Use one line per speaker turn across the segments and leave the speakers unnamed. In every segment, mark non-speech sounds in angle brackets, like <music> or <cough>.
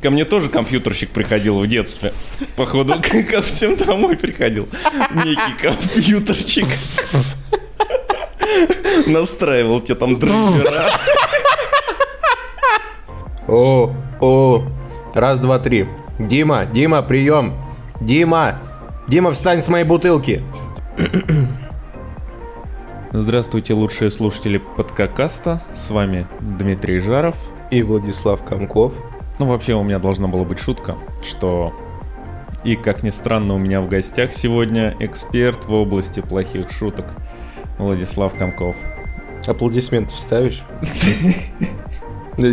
Ко мне тоже компьютерщик приходил в детстве. Походу, к- ко всем домой приходил. Некий компьютерщик. Настраивал тебе там драйвера.
О, о, раз, два, три. Дима, Дима, прием. Дима, Дима, встань с моей бутылки.
Здравствуйте, лучшие слушатели подкакаста. С вами Дмитрий Жаров.
И Владислав Комков.
Ну, вообще, у меня должна была быть шутка, что... И, как ни странно, у меня в гостях сегодня эксперт в области плохих шуток Владислав Комков.
Аплодисменты <laughs> вставишь?
Ну,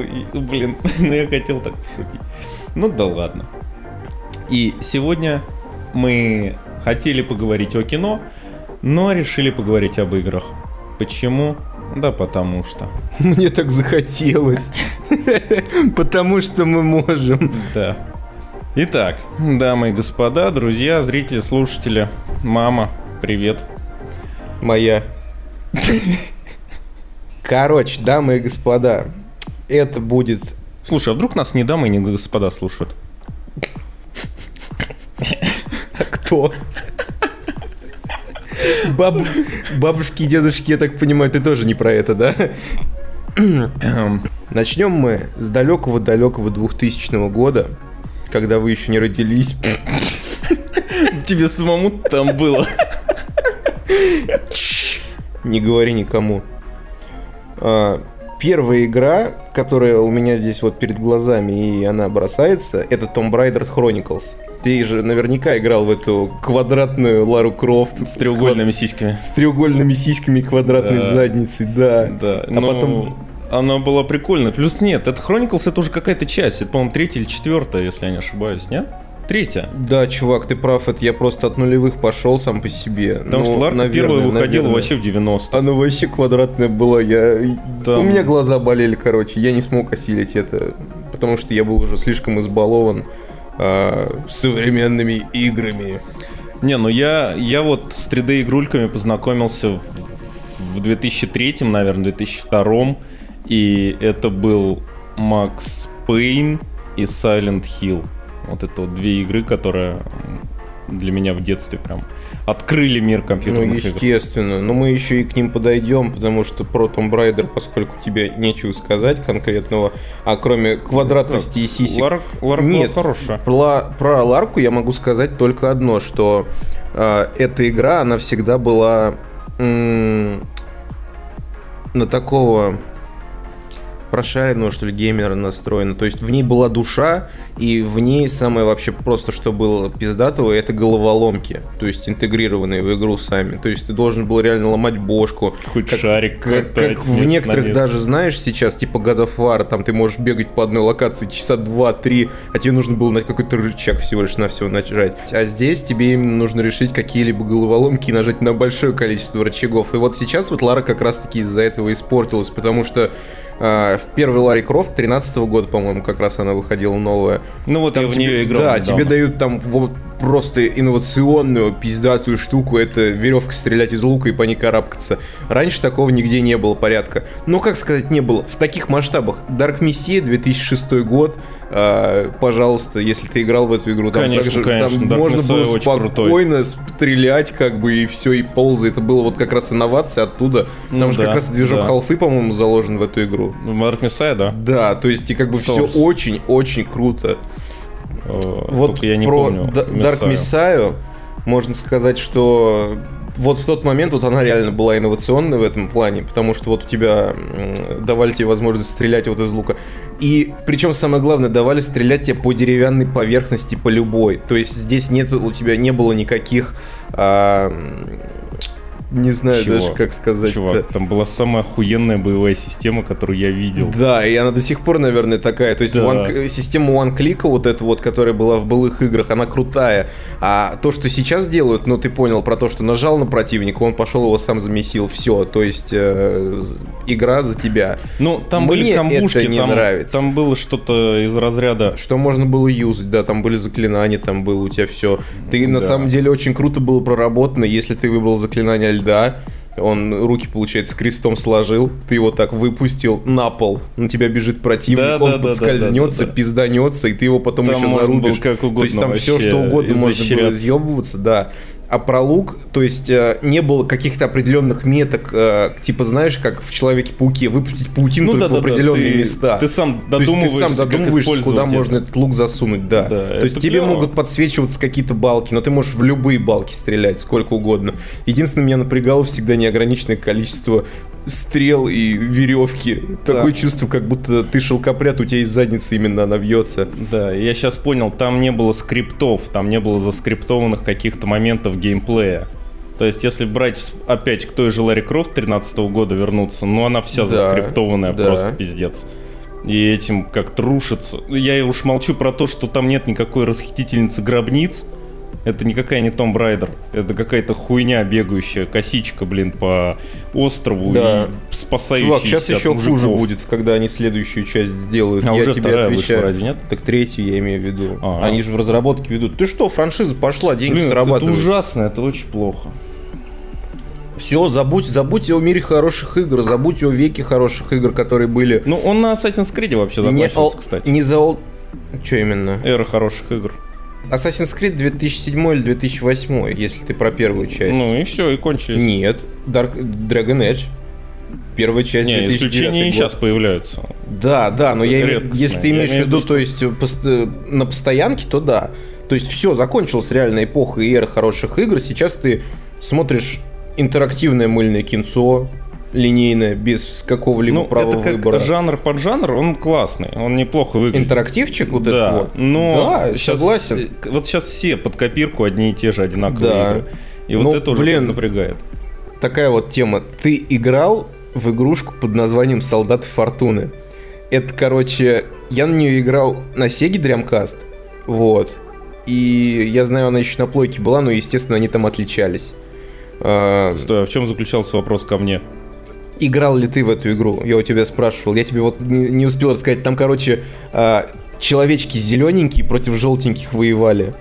и- блин, <laughs> ну я хотел так пошутить. Ну да ладно. И сегодня мы хотели поговорить о кино, но решили поговорить об играх. Почему? Да потому что.
<laughs> Мне так захотелось. <laughs> Потому что мы можем.
Да. Итак, дамы и господа, друзья, зрители, слушатели, мама, привет.
Моя. Короче, дамы и господа, это будет...
Слушай, а вдруг нас не дамы и не господа слушают?
Кто? Баб... Бабушки и дедушки, я так понимаю, ты тоже не про это, да?
Эм,
Начнем мы с далекого-далекого 2000 года, когда вы еще не родились.
Тебе самому там было.
Не говори никому. А, Первая игра, которая у меня здесь вот перед глазами, и она бросается, это Tomb Raider Chronicles. Ты же наверняка играл в эту квадратную Лару Крофт.
С треугольными сиськами.
С треугольными сиськами и квадратной
Да.
задницей, да.
Да,
А
но
потом-
она была прикольная. Плюс нет, это Chronicles это уже какая-то часть. Это, по-моему, третья или четвертая, если я не ошибаюсь, нет? Третья.
Да, чувак, ты прав, это я просто от нулевых пошел сам по себе.
Потому
Ну,
что Ларка
наверное, А
первая выходила
наверное.
вообще в 90
Она вообще квадратная была. Я...
Там-
У меня глаза болели, короче. Я не смог осилить это, потому что я был уже слишком избалован а, современными играми.
Не, ну я, я вот с 3D-игрульками познакомился в 2003, наверное, 2002. И это был Макс Пейн и Silent Hill. Вот это вот две игры, которые м, для меня в детстве прям открыли мир
Ну,
компьютерных игр.
естественно. Но мы еще и к ним подойдем, потому что про Tomb Raider, поскольку тебе нечего сказать конкретного, а кроме квадратности и сисек...
Ларк, Ларк была
Нет.
хорошая.
Про, про Ларку я могу сказать только одно, что э, эта игра, она всегда была м, на такого прошаренного, что ли, геймера настроена. То есть в ней была душа, и в ней самое вообще просто, что было пиздатого, это головоломки, то есть интегрированные в игру сами. То есть ты должен был реально ломать бошку,
Хоть
как-
шарик
как,
катать
как
с
в
места на
некоторых
место.
даже, знаешь, сейчас, типа God of War, там ты можешь бегать по одной локации часа два-три, а тебе нужно было на какой-то рычаг всего лишь на все нажать. А здесь тебе именно нужно решить какие-либо головоломки и нажать на большое количество рычагов. И вот сейчас вот Лара как раз-таки из-за этого испортилась, потому что э, в первой Ларе Крофт 13 года, по-моему, как раз она выходила новая.
Ну вот я в
тебе-
нее играл
Да,
недавно.
тебе дают там вот просто инновационную пиздатую штуку. Это веревка стрелять из лука и по ней карабкаться. Раньше такого нигде не было порядка. Но, как сказать, не было. В таких масштабах. Dark Messiah 2006 год. э, пожалуйста, если ты играл в эту игру, там,
Конечно,
также,
конечно,
там
Dark
можно
Messiah
было
очень
спокойно стрелять, как бы, и все, и ползать. Это было вот как раз инновация оттуда. Потому
Ну
что
да,
как раз движок
да.
халфы, по-моему, заложен в эту игру.
В Ну, Dark Messiah, да.
Да, то есть, и как бы все
Source.
очень-очень круто.
Вот
Вот
Э, Только я не
про
помню.
Да- Dark
Messiah.
Messiah можно сказать, что вот в тот момент вот она реально была инновационной в этом плане, потому что вот у тебя м, давали тебе возможность стрелять вот из лука. И причем самое главное, давали стрелять тебе по деревянной поверхности, по любой. То есть здесь нет, у тебя не было никаких... а, м, не знаю
Чего?
даже, как сказать.
Чувак, там была самая охуенная боевая система, которую я видел.
Да, и она до сих пор, наверное, такая. То есть
Да.
one- система one-клика, вот эта вот, которая была в былых играх, она крутая. А то, что сейчас делают, ну ты понял про то, что нажал на противника, он пошел его сам замесил, все. То есть э, з- игра за тебя.
Ну, там
Мне
были
это
камбушки,
не
там,
нравится.
там было что-то из разряда.
Что можно было юзать, да, там были заклинания, там было у тебя все. Ты на
Да.
самом деле очень круто было проработано, если ты выбрал заклинание льда, Он руки, получается, крестом сложил, ты его так выпустил на пол, на тебя бежит противник,
Да,
он
да, да, да,
подскользнется,
да, да.
пизданется, и ты его потом
Там
еще
можно было
зарубишь.
как
То есть
угодно
там все,
вообще
что угодно можно было
изощряться.
изъебываться, да. А про лук, то есть э, не было каких-то определенных меток, э, типа знаешь, как в Человеке-пауке, выпустить паутину только в определенные
Ну ты-
места.
Ты сам
То есть
додумываешься,
ты сам
как
додумываешься,
использовать
куда
это.
можно этот лук засунуть, да.
Да,
То
это
есть тебе
клево.
могут подсвечиваться какие-то балки, но ты можешь в любые балки стрелять, сколько угодно. Единственное, меня напрягало всегда неограниченное количество стрел и веревки.
Да.
Такое чувство, как будто ты шелкопряд, у тебя из задницы именно она вьется.
Да, я сейчас понял, там не было скриптов, там не было заскриптованных каких-то моментов геймплея. То есть, если брать с- опять к той же Ларри Крофт 13 года вернуться, ну она вся
Да,
заскриптованная,
да.
просто пиздец. И этим как-то рушится. Ну, Я и уж молчу про то, что там нет никакой расхитительницы гробниц. Это никакая не Том Райдер. Это какая-то хуйня бегающая, косичка, блин, по острову
Да.
и спасающаяся
Чувак, сейчас
от
еще хуже
мужиков.
будет, когда они следующую часть сделают.
А
я
уже
тебе
вторая
отвечаю.
вышла, разве нет?
Так третью я имею в виду.
А.
Они же в разработке ведут. Ты что, франшиза пошла, деньги
Блин, это
срабатывают.
ужасно, это очень плохо.
Все, забудь, забудьте о мире хороших игр, забудьте о веке хороших игр, которые были.
Ну, он на Assassin's Creed вообще
Не
закончился,
ол-
кстати.
Не за ол- Чё именно?
Эра хороших игр.
Assassin's Creed 2007 или 2008, если ты про первую часть.
Ну и все, и кончились.
Нет, Dark Dragon Edge. Первая часть
Не,
2009
исключения и
год.
сейчас появляются.
Да, да, но я имею-
Редкостная.
если ты
Я
имеешь в
имею в
виду,
виду,
то есть э, пост- э, на постоянке, то да. То есть все, закончилась реальная эпоха и эра хороших игр. Сейчас ты смотришь интерактивное мыльное кинцо, линейное, без какого-либо
ну,
права
это как
выбора.
жанр под жанр, он классный, он неплохо выглядит.
Интерактивчик вот
да,
этот вот.
но
да,
щас-
согласен.
э, Вот сейчас все под копирку одни и те же одинаковые
Да.
игры. И
Ну,
вот это уже
блин.
как-то напрягает.
Такая вот тема. Ты играл в игрушку под названием «Солдаты Фортуны». Это, короче, я на нее играл на Sega Dreamcast, вот. И я знаю, она еще на плойке была, но, естественно, они там отличались. А,
Стой, а в чем заключался вопрос ко мне?
играл ли ты в эту игру? Я у тебя спрашивал. Я тебе вот не, не успел рассказать. Там, короче, а, человечки зелененькие против желтеньких воевали.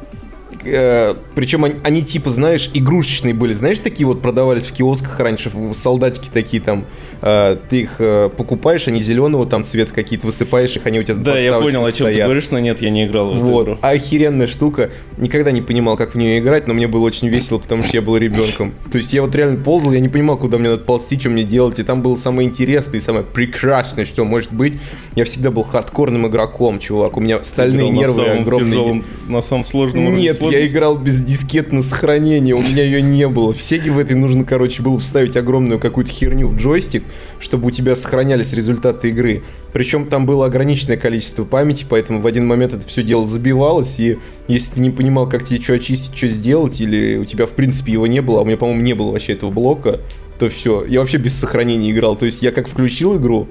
Причем они, они, типа, знаешь, игрушечные были. Знаешь, такие вот продавались в киосках раньше, в- солдатики такие там. А, ты их э, покупаешь, они зеленого там цвета какие-то высыпаешь их, они у тебя на
Да, я
подставочках
понял, о чем ты
стоят.
говоришь, но нет, я не играл в эту
Вот,
игру.
охеренная штука. Никогда не понимал, как в нее играть, но мне было очень весело, потому что я был
<laughs>
ребенком. То есть я вот реально ползал, я не понимал, куда мне надо ползти, что мне делать. И там было самое интересное и самое прекрасное, что может быть. Я всегда был хардкорным игроком, чувак. У меня стальные
Играл на
нервы
самом
огромные.
тяжелом- на самом сложном уровне
Нет, я
сложности.
играл без дискет на сохранение, у меня ее не было. В Сеге в этой нужно, короче, было вставить огромную какую-то херню в джойстик, чтобы у тебя сохранялись результаты игры. Причем там было ограниченное количество памяти, поэтому в один момент это все дело забивалось, и если ты не понимал, как тебе что очистить, что сделать, или у тебя, в принципе, его не было, а у меня, по-моему, не было вообще этого блока, то все. Я вообще без сохранения играл. То есть я как включил игру,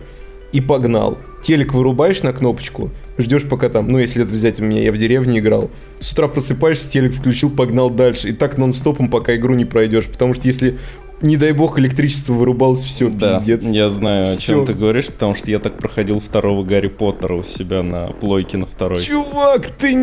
и погнал. Телек вырубаешь на кнопочку, ждешь пока там, ну если это взять у меня, я в деревне играл. С утра просыпаешься, телек включил, погнал дальше. И так нон-стопом, пока игру не пройдешь. Потому что если, не дай бог, электричество вырубалось, все,
Да,
пиздец.
я знаю, о
Всё.
чем ты говоришь, потому что я так проходил второго Гарри Поттера у себя на плойке на второй.
Чувак, ты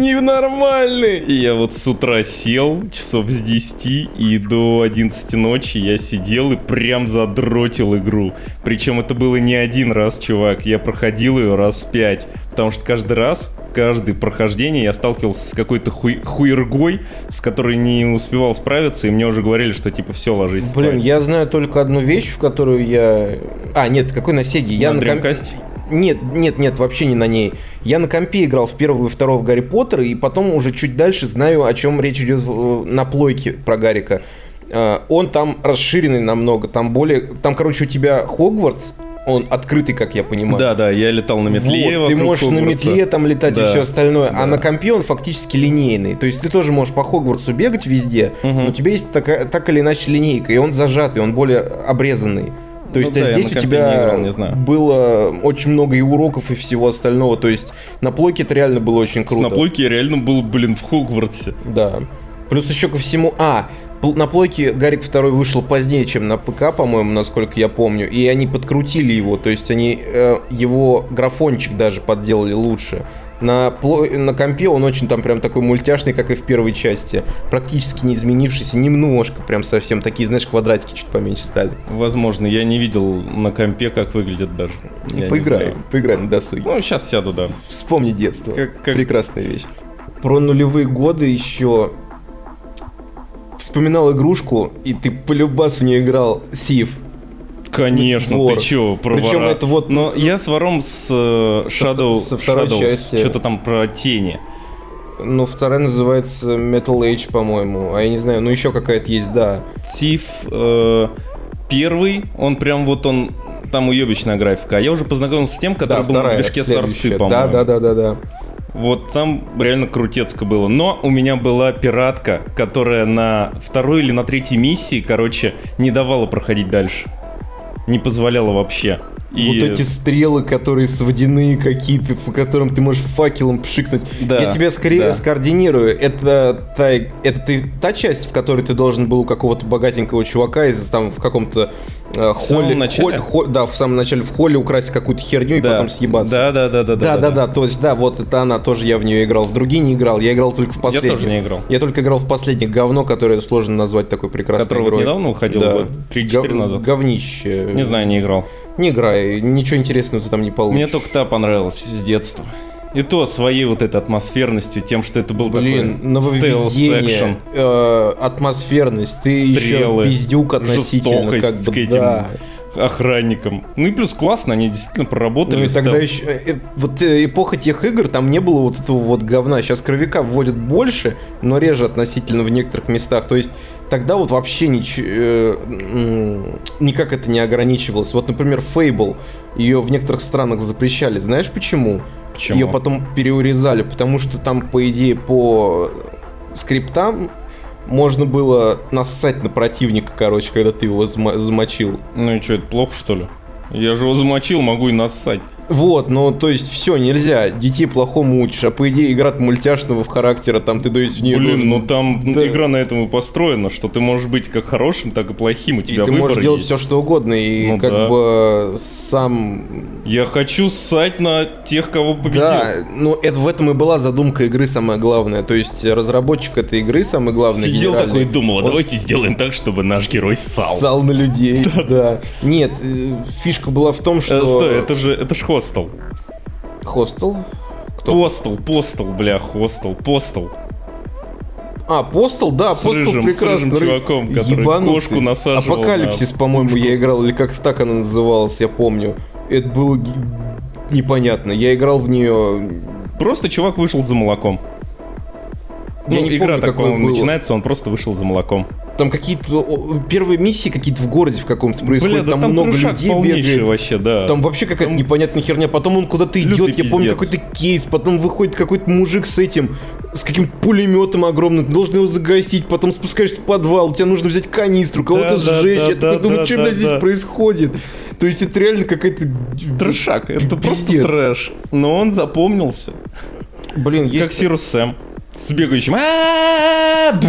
ненормальный!
И я вот с утра сел, часов с 10, и до 11 ночи я сидел и прям задротил игру. Причем это было не один раз, чувак, я проходил ее раз пять. Потому что каждый раз, каждое прохождение я сталкивался с какой-то хуй- хуергой, с которой не успевал справиться, и мне уже говорили, что типа все, ложись
Блин,
спать.
я знаю только одну вещь, в которую я... А, нет, какой на Сеге? Я
на
на ком-
Dreamcast?
Нет, нет, нет, вообще не на ней. Я на компе играл в первого и второго Гарри Поттера, и потом уже чуть дальше знаю, о чем речь идет в- на плойке про Гаррика. Э, Он там расширенный намного, там более... Там, короче, у тебя Хогвартс, он открытый, как я понимаю.
Да, да, я летал на метле.
Вот, ты
вокруг
можешь на
Хогвартса.
метле там летать и
Да.
все остальное, а
Да.
на компе он фактически линейный. То есть ты тоже можешь по Хогвартсу бегать везде,
Мгм.
но у тебя есть такая, так или иначе линейка, и он зажатый, он более обрезанный. То
Ну
есть
да,
а
я
здесь
на
у
компе
тебя
не играл, не знаю.
было очень много и уроков, и всего остального. То есть на плойке это реально было очень круто.
На плойке я реально был, блин, в Хогвартсе.
Да. Плюс еще ко всему... А, пл- на плойке Гарик второй вышел позднее, чем на ПК, по-моему, насколько я помню. И они подкрутили его, то есть они э, его графончик даже подделали лучше. На, пло... на компе он очень там прям такой мультяшный, как и в первой части. Практически не изменившийся, немножко прям совсем. Такие, знаешь, квадратики чуть поменьше стали.
Возможно, я не видел на компе, как выглядит даже.
Ну,
Я не
поиграй,
знаю.
поиграй на досуге.
Ну, сейчас сяду, да.
Вспомни детство.
Как- как-
Прекрасная вещь. Про нулевые годы еще вспоминал игрушку, и ты полюбас в нее играл. Thief.
Конечно,
Вор.
ты чё, про
Причем
вора.
это вот-
Но я с вором с э, Shadow...
со второй части.
Что-то там про тени.
Ну, вторая называется Metal Age, по-моему. А я не знаю, ну еще какая-то есть, да.
Тиф э, первый, он прям вот он... Там уебищная графика. А я уже познакомился с тем, который
да,
был на движке
следующая.
Сарсы, по-моему.
Да, да, да, да, да.
Вот там реально крутецко было. Но у меня была пиратка, которая на второй или на третьей миссии, короче, не давала проходить дальше. Не позволяла вообще. И-
Вот эти стрелы, которые с водяные какие-то, по которым ты можешь факелом пшикнуть.
Да,
Я тебя скорее
да.
скоординирую. Это та, это ты, та часть, в которой ты должен был у какого-то богатенького чувака из там в каком-то э,
самом
холле,
начале.
холле- хо- да, в самом начале в холле украсть какую-то херню и
да.
потом съебаться.
Да, да, да, да,
Да, да, да, то есть, да, вот это она, тоже я в нее играл, в другие не играл, я играл только в последние.
тоже не играл.
Я только играл в последних говно, которое сложно назвать такой прекрасной
Которое вот
игрой.
недавно выходило,
Да.
вот 3-4
Гов-
назад.
Говнище.
Не знаю, не играл.
Не играй, ничего интересного ты там не получишь.
Мне только та понравилась с детства. И то своей вот этой атмосферностью, тем, что это был
Блин,
такой
нововведение,
стелс-экшен.
э, атмосферность, ты
Стрелы,
еще пиздюк относительно, как
жестокость
бы,
к этим
да.
охранникам. Ну и плюс классно, они действительно проработали
Ну и тогда
стелс.
еще... э, э, вот э, эпоха тех игр, там не было вот этого вот говна. Сейчас кровяка вводят больше, но реже относительно в некоторых местах. То есть тогда вот вообще нич- э, м, никак это не ограничивалось. Вот, например, Fable. Ее в некоторых странах запрещали. Знаешь почему?
Почему?
Ее потом переурезали, потому что там, по идее, по скриптам можно было нассать на противника, короче, когда ты его зама- замочил.
Ну и что, это плохо, что ли? Я же его замочил, могу и нассать.
Вот, ну то есть все, нельзя. Детей плохому учишь, а по идее игра мультяшного в характера, там ты то есть в нее
Блин,
должен-
ну там
Да.
игра на этом и построена, что ты можешь быть как хорошим, так и плохим, у
И
тебя
ты
выбор
можешь делать
есть.
все что угодно, и
Ну
как
да.
бы сам...
Я хочу ссать на тех, кого победил.
Да, ну это в этом и была задумка игры самое главное. То есть разработчик этой игры самый главный
Сидел
генеральный,
такой и думал, а
он
давайте сделаем так, чтобы наш герой ссал.
ссал
<laughs>
на людей, да. Нет, э, фишка была в том,
Э,
что...
стой, это же, это ж хостел.
Хостел? Кто?
Постел, постел, бля, хостел, постел.
А, Постел, да,
С
Постел
рыжим- с
прекрасно.
рыжим чуваком, который
Ебанутый.
кошку насаживал на
Апокалипсис, по-моему, я играл, или как-то так она называлась, я помню. Это было ги- непонятно. Я играл в нее...
Просто чувак вышел за молоком.
Я
Ну,
не
игра
помню,
так,
какое
по-моему,
было.
начинается, он просто вышел за молоком.
Там какие-то о, первые миссии какие-то в городе в каком-то происходят.
Бля, да
там, много
трешак
людей
полнейший
бегает.
вообще, да.
Там вообще какая-то непонятная херня. Потом он куда-то идет,
Лютый
я
пиздец.
помню, какой-то кейс. Потом выходит какой-то мужик с этим, с каким-то пулеметом огромным. Ты должен его загасить. Потом спускаешься в подвал, тебе нужно взять канистру, кого-то
да,
сжечь.
да,
я такой
да,
думаю,
да,
что,
да,
блядь, здесь
да.
происходит? То есть это реально какая-то...
Трешак, это просто
Пиздец.
трэш. Но он запомнился.
Блин,
Как
есть...
Сирус Сэм. С бегающим. «А-а-а!» Бф.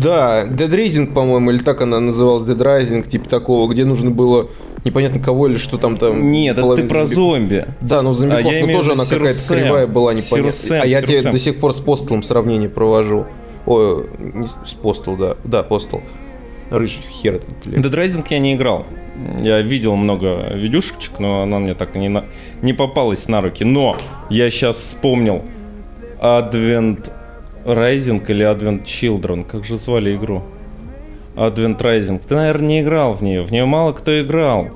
Да, Dead Rising, по-моему, или так она называлась, Dead Rising, типа такого, где нужно было непонятно кого или что там там.
Нет, это ты
половина
про
зомби-
зомби.
Да, ну
А
зомбиков,
я
ну
имею в
тоже
виду
она
Сирус
какая-то
Сэм.
кривая была,
Сирус
непонятно.
Сэм,
а я
Сирус
тебе
Сэм.
до сих пор с Постелом сравнение провожу. Ой, не с с Постел, да. Да, Постел. Рыжий хер этот, блин.
Dead Rising я не играл. Я видел много видюшечек, но она мне так и не, на- не попалась на руки. Но я сейчас вспомнил Advent Rising или Advent Children. Как же звали игру? Advent Rising. Ты, наверное, не играл в нее. В нее мало кто играл.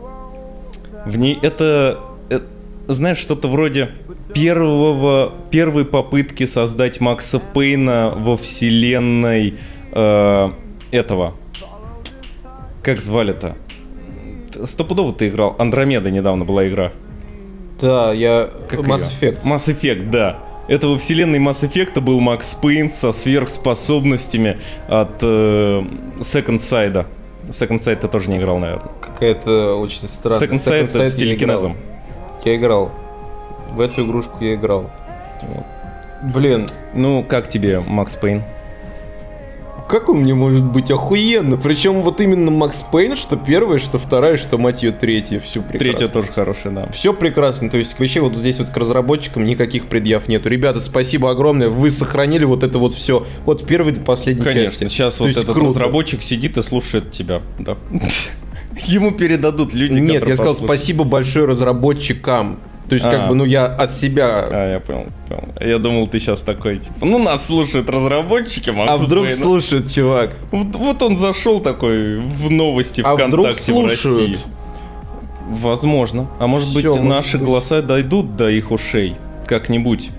В ней это, э, знаешь, что-то вроде первого, первой попытки создать Макса Пейна во вселенной э, этого. Как звали-то? Т- Стопудово ты играл. Андромеда недавно была игра.
Да, я...
Как
Mass
её?
Effect.
Mass Effect, да. Это во вселенной Mass Effect был Макс Пейн со сверхспособностями от э, Second Side. Second Side ты тоже не играл, наверное.
Какая-то очень странная.
Second Side это с телекинезом.
Я играл. В эту игрушку я играл.
Вот.
Блин,
Ну, как тебе Макс Пейн?
как он мне может быть охуенно? Причем вот именно Макс Пейн, что первая, что вторая, что, мать ее, третья. Все прекрасно.
Третья тоже хорошая, да.
Все прекрасно. То есть вообще вот здесь вот к разработчикам никаких предъяв нету. Ребята, спасибо огромное. Вы сохранили вот это вот все. Вот первый до последней
Конечно,
части.
сейчас
То
вот
есть
этот
круто.
разработчик сидит и слушает тебя,
<laughs>
да. Ему передадут люди,
Нет,
которые
я сказал
послушают.
спасибо большое разработчикам. То есть,
А.
как бы, ну, я от себя.
А, я понял, понял. Я думал, ты сейчас такой, типа, ну нас слушают разработчики,
А
Макс
вдруг
Пейн». ну,
слушает, чувак.
Вот, вот он зашел такой в новости
А вдруг
ВКонтакте в России.
слушают?
Возможно. А может
Всё,
быть,
может
наши
быть.
голоса дойдут до их ушей как-нибудь.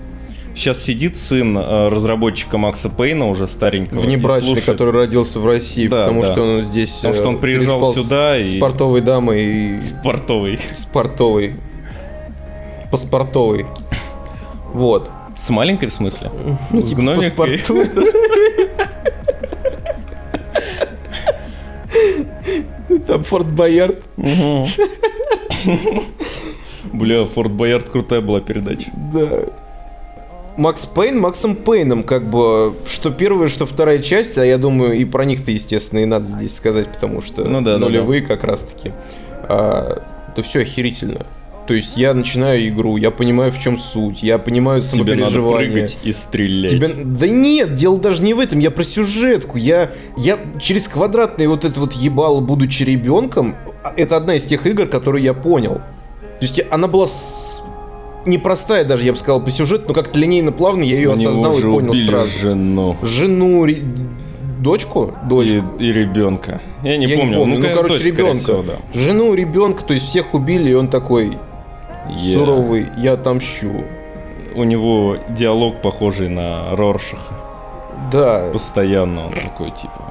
Сейчас сидит сын э, разработчика Макса Пейна, уже старенького. и
Внебрачный,
слушает.
который родился в России,
Да,
потому
да.
что он здесь.
Потому что он
э,
приезжал
переспал с-
сюда и-
С портовой дамой и.
Спортовый.
С портовой. Паспортовой. Вот.
С маленькой в смысле? С гномикой?
Паспорту. Там Форт Боярд.
Мгм. Бля, Форт Боярд крутая была передача.
Да. Макс Пейн Максом Пейном, как бы, что первая, что вторая часть, а я думаю, и про них-то, естественно, и надо здесь сказать, потому что
Ну да, да,
нулевые как раз-таки. А, это все охерительно. То есть я начинаю игру, я понимаю, в чем суть, я понимаю
Тебе надо
самопереживание.
прыгать и стрелять.
Тебя- Да нет, дело даже не в этом, я про сюжетку. Я, я через квадратные вот это вот ебало, будучи ребенком, а, это одна из тех игр, которую я понял. То есть я- она была с- непростая даже, я бы сказал, по сюжету, но как-то линейно-плавно я ее
У него
осознал и
же
понял
убили
сразу.
жену.
Жену, ре- дочку?
И,
Дочку.
и ребенка. Я не
Я
помню.
Ну,
конечно,
короче,
дочь, скорее
ребенка.
всего, да.
Жену, ребенка, то есть всех убили, и он такой
Е.
суровый, я отомщу.
У него диалог похожий на Роршаха.
Да.
Постоянно он такой, типа,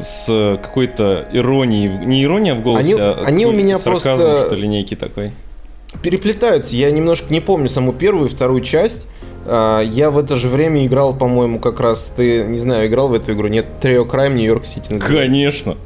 с э, какой-то иронией. в- Не ирония в голосе,
Они-
а
они у
какой-то
меня
сарказм,
просто-
что ли, некий такой.
переплетаются. Я немножко не помню саму первую и вторую часть. А, Я в это же время играл, по-моему, как раз ты, не знаю, играл в эту игру. Нет, Трио Крайм Нью-Йорк Сити.
Конечно.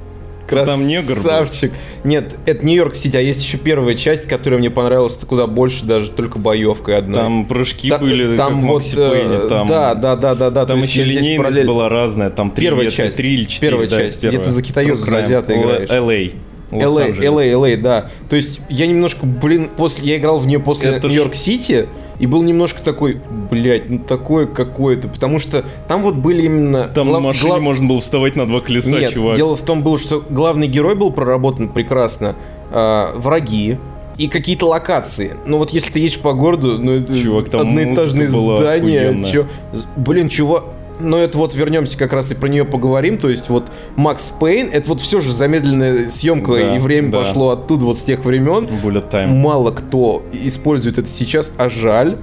Там негр был.
Красавчик. Нет, это Нью-Йорк Сити, а есть еще первая часть, которая мне понравилась куда больше, даже только боевкой одной.
Там прыжки
Та-
были,
там
как в
вот,
Макси Пейне,
э,
там,
Да, да, да, да, да.
там
то есть
еще
я здесь
линейность
параллель-
была разная, там три,
Первая
ветки,
часть.
три или четыре.
Первая
да,
часть, где
первая.
ты за китаёза, за
Крайм.
азиата
Л-
играешь. А,
LA.
LA,
Лос-Анджелес.
LA, LA, да. То есть я немножко, блин, после, я играл в нее после
Это ж-
Нью-Йорк-Сити и был немножко такой, блядь, ну такое какое-то, потому что там вот были именно...
Там
гла-
на машине
гла-
можно было вставать на два колеса,
Нет,
чувак.
дело в том было, что главный герой был проработан прекрасно, а, враги и какие-то локации. Ну вот если ты едешь по городу, ну это
Чувак, там
одноэтажные
музыка была
здания,
охуенная.
чё- З- Блин, чувак, но это вот вернемся как раз и про нее поговорим. То есть вот Макс Пейн, это вот все же замедленная съемка
Да,
и время
да.
пошло оттуда вот с тех времен.
Bullet time.
Мало кто использует это сейчас, а жаль.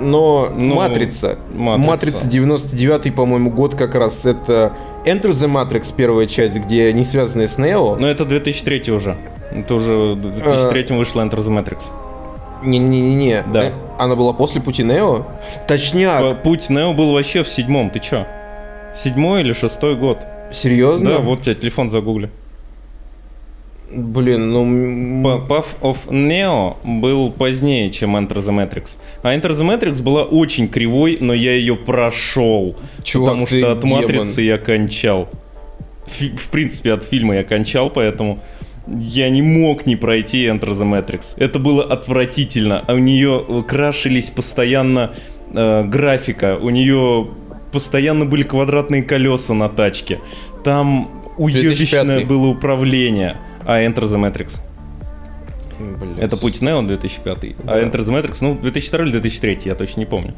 Но
Ну,
Матрица.
«Матрица».
Матрица 99 по-моему, год как раз. Это Enter the Matrix первая часть, где не связанная с Нео.
Но это 2003 уже. Это уже в 2003 вышла Enter the Matrix.
Не-не-не-не.
Да.
Э, Она была после пути Нео?
П-
Точняк.
Путь Нео был вообще в седьмом, ты чё? Седьмой или шестой год?
Серьезно?
Да, вот у тебя телефон загугли.
Блин, ну... м,
П- Path of Neo был позднее, чем Enter the Matrix. А Enter the Matrix была очень кривой, но я ее прошел.
Чувак,
потому
ты
что от
демон.
матрицы я кончал. Фи- в принципе, от фильма я кончал, поэтому я не мог не пройти Enter the Matrix. Это было отвратительно. А у нее э, крашились постоянно э, графика, у нее постоянно были квадратные колеса на тачке. Там
2005.
уебищное было управление. А Enter the Matrix.
Блин.
Это Путь Нео 2005, а
Да.
Enter the Matrix, ну, 2002 или 2003, я точно не помню.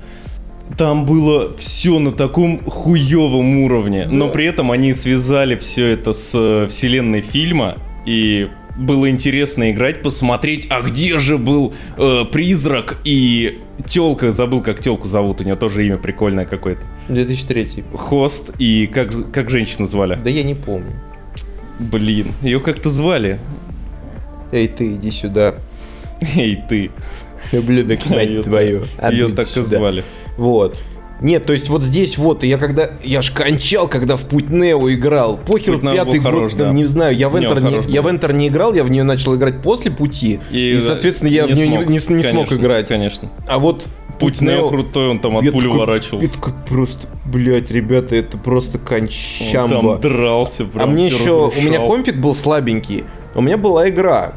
Там было все на таком хуевом уровне, но
Да.
при этом они связали все это с э, вселенной фильма, и было интересно играть, посмотреть, а где же был э, призрак и телка, забыл, как телку зовут, у нее тоже имя прикольное какое-то.
2003.
Хост и как, же- как женщину звали?
Да я не помню.
Блин, ее как-то звали. <laughs>
Эй, ты, иди сюда.
Эй, ты.
Люблю
Её
мать твою. А
Ее
ты
так
иди
и
сюда.
звали.
Вот. Нет, то есть вот здесь вот, и я когда, я ж кончал, когда в Путь Нео играл. Похер,
Путь Нео
пятый
был
год,
хорош, да.
не знаю, я в
Не, он
Enter
хорош
не,
был. э,
я в Enter не играл, я в нее начал играть после Пути, и, соответственно, я в нее не, не с- не смог
Конечно,
играть.
Конечно.
А вот
Путь Нео крутой, он там от
я
пули
такой-
уворачивался.
я такой просто, блядь, ребята, это просто
Он
кончамба.
там дрался, прям
а мне
всё
еще, у меня
разрушал.
компик был слабенький, у меня была игра.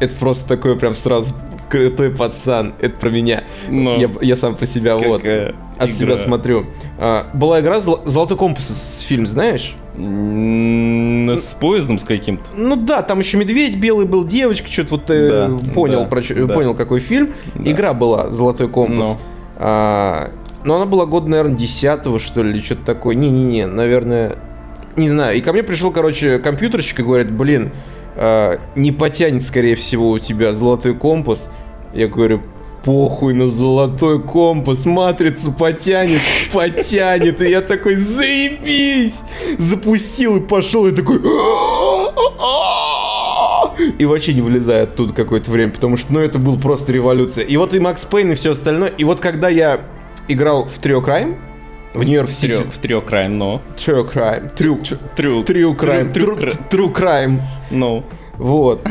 Это просто такое прям сразу крутой пацан, это про меня.
Ну.
я, я сам про себя вот
Какая
от себя
игра.
смотрю. А, была игра «Зло- «Золотой компас» с- фильм, знаешь?
М, С поездом с каким-то.
Ну да, там еще медведь белый был, девочка, что-то вот э,
Да,
понял,
да,
про чё-
да.
понял, какой фильм.
Да.
Игра была «Золотой компас».
Ну.
А, но она была год, наверное, 10 что ли, или что-то такое. Не-не-не, наверное, не знаю. И ко мне пришел, короче, компьютерщик и говорит, блин, а, не потянет, скорее всего, у тебя «Золотой компас». Я говорю, похуй на «Золотой компас», «Матрицу» потянет, потянет. И я такой, заебись! Запустил и пошел, и такой... И вообще не вылезая оттуда какое-то время, потому что, ну, это был просто революция. И вот и Макс Пейн, и все остальное. И вот когда я играл в Трио Крайм, в Нью-Йорк Сити...
В трех край, но.
Трио Крайм. Трю...
Трюк.
Трио Крайм.
Трю-
Тру
трю-
Тру Крайм.
Ну.
Вот.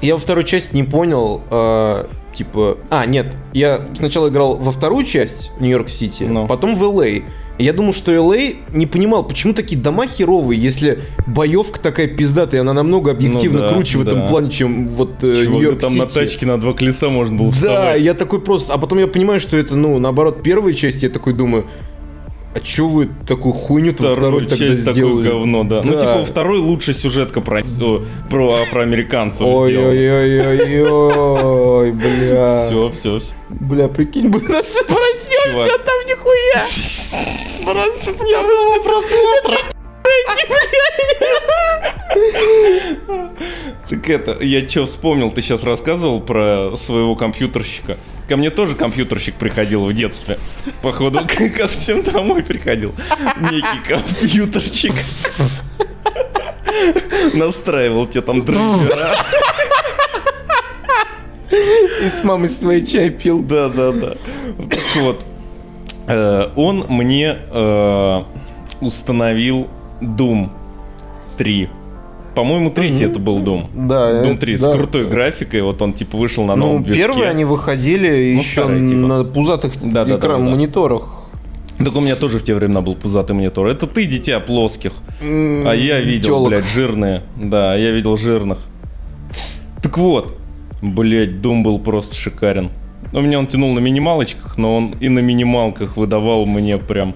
Я во вторую часть не понял, э, типа... А, нет, я сначала играл во вторую часть в Нью-Йорк-Сити,
Ну.
потом в Л.А. И Я думал, что Л.А. не понимал, почему такие дома херовые, если боевка такая пиздатая, она намного объективно
Ну да,
круче в этом
да.
плане, чем вот э,
Чувак, да
Нью-Йорк-Сити.
там на тачке на два колеса можно было
Да,
вставать.
я такой просто... А потом я понимаю, что это, ну, наоборот, первая часть, я такой думаю... А чё вы такую хуйню-то во
Вторую
второй тогда
часть такое
сделали?
говно, да. Ну,
Да.
типа, во второй лучше сюжетка про, о, про афроамериканцев сделана.
Ой-ой-ой-ой-ой, бля.
Все, все, все.
Бля, прикинь, мы нас проснемся, а
Чувак.
там нихуя.
<laughs>
Прос- Я был <laughs> просмотр.
Так это, я что вспомнил, ты сейчас рассказывал про своего компьютерщика. Ко мне тоже компьютерщик приходил в детстве. Походу, <laughs> к- ко всем домой приходил. Некий компьютерщик. <laughs> Настраивал тебе там
<laughs>
драйвера.
И с мамой с твоей чай пил.
Да, да, да. Так Вот. Э, Он мне э, установил Doom 3. По-моему, третий это был Doom.
Да,
Doom
э,
3
да.
с крутой графикой. Вот он типа вышел на новом
Ну,
движке.
первые они выходили
Ну,
еще
старые, типа.
на пузатых
Да, да, да,
экран
да.
мониторах.
Так у меня тоже в те времена был пузатый монитор. Это ты, дитя плоских.
А
А я видел, блядь, жирные. Да, а я видел жирных. Так вот, блядь, Дум был просто шикарен. У меня он тянул на минималочках, но он и на минималках выдавал мне прям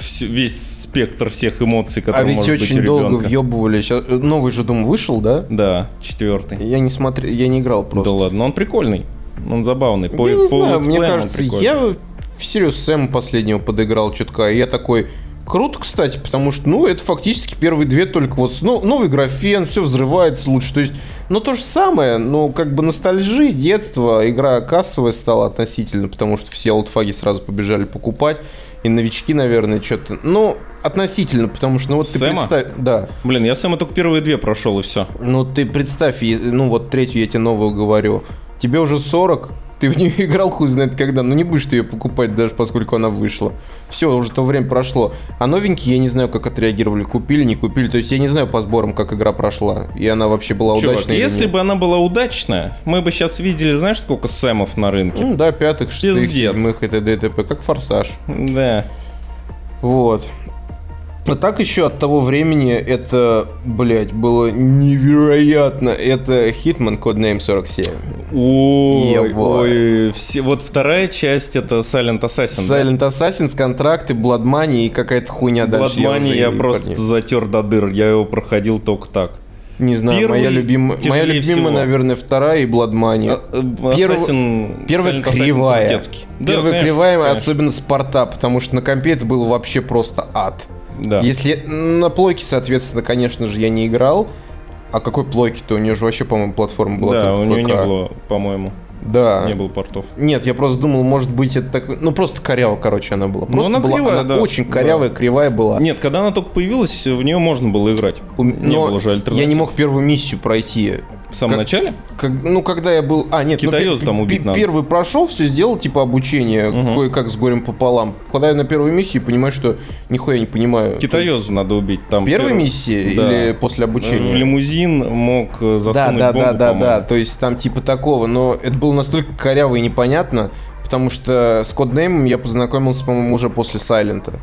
всю- весь спектр всех эмоций,
А
которые
ведь
может быть
очень
у
долго
ребенка.
въебывали. Сейчас новый же Дум вышел, да?
Да, четвертый.
Я не смотрел, я не играл просто.
Да ладно, он прикольный. Он забавный. По,
я не
по
знаю, мне
летсплеям он
кажется,
прикольный.
я всерьез Сэм последнего подыграл чутка, и я такой... Круто, кстати, потому что, ну, это фактически первые две только вот с- ну, новый графен, все взрывается лучше. То есть, ну, то же самое, но как бы ностальжи, детство, игра кассовая стала относительно, потому что все олдфаги сразу побежали покупать, и новички, наверное, что-то... Ну, относительно, потому что, ну, вот ты
Сэма?
представь... Да.
Блин, я сам только первые две прошел и все.
Ну ты представь, е- ну вот третью я тебе новую говорю. Тебе уже 40, ты в нее <laughs> играл хуй знает когда, но не будешь ты ее покупать даже, поскольку она вышла. Все, уже то время прошло. А новенькие, я не знаю, как отреагировали, купили, не купили. То есть я не знаю по сборам, как игра прошла. И она вообще была
Чувак,
удачная или
если
нет.
бы она была удачная, мы бы сейчас видели, знаешь, сколько Сэмов на рынке?
Ну да, пятых, шестых,
Пиздец.
седьмых и т.д. и т.п. Как форсаж.
Да.
Вот. А так еще от того времени это, блядь, было невероятно. Это Hitman Codename 47.
Ой,
Ебо.
ой, все, вот вторая часть это Silent Assassin. да?
Silent Assassins, контракты, Blood Money и какая-то хуйня дальше.
Blood Money
уже
я
и
просто
парни-
затер до дыр, я его проходил только так.
Не знаю,
Первый
моя любимая, моя
тяжелее
любимая,
всего.
наверное, вторая и Blood Money.
А, э,
Перв-
Assassin-
Первая
Silent Assassin
кривая.
крутецкий. Да,
Первая
конечно,
кривая, а
конечно.
особенно Спарта, потому что на компе это было вообще просто ад.
Да.
Если на плойке, соответственно, конечно же, я не играл. А какой плойки-то? У нее же вообще, по-моему, платформа была
да,
только
у нее не
ПК. А.
было, по-моему,
Да.
не было портов.
Нет, я просто думал, может быть, это так... Ну, просто коряво, короче, она была.
Ну,
Просто
она
была,
кривая,
она
да.
очень корявая, кривая была.
Нет, когда она только появилась, в нее можно было играть.
У-
не
но
было же
Я
альтернатив.
не мог первую миссию пройти.
В самом
Как-
начале?
Как- ну, когда я был... А, нет, ну,
Китаёза
пе-
там убить
пе-
надо.
Первый прошел, все сделал, типа обучение,
Мгм.
кое-как с горем пополам. Попадаю на первую миссию и понимаю, что нихуя не понимаю.
Китаёзу надо убить. Там
То есть в первой
первый-
миссии
Да.
или после
В
обучения?
Э, лимузин мог э,
Да,
засунуть
да,
бомбу,
да, да,
по-моему.
да. То есть там типа такого, но это было настолько коряво и непонятно, потому что с коднеймом я познакомился, по-моему, уже после Сайлента.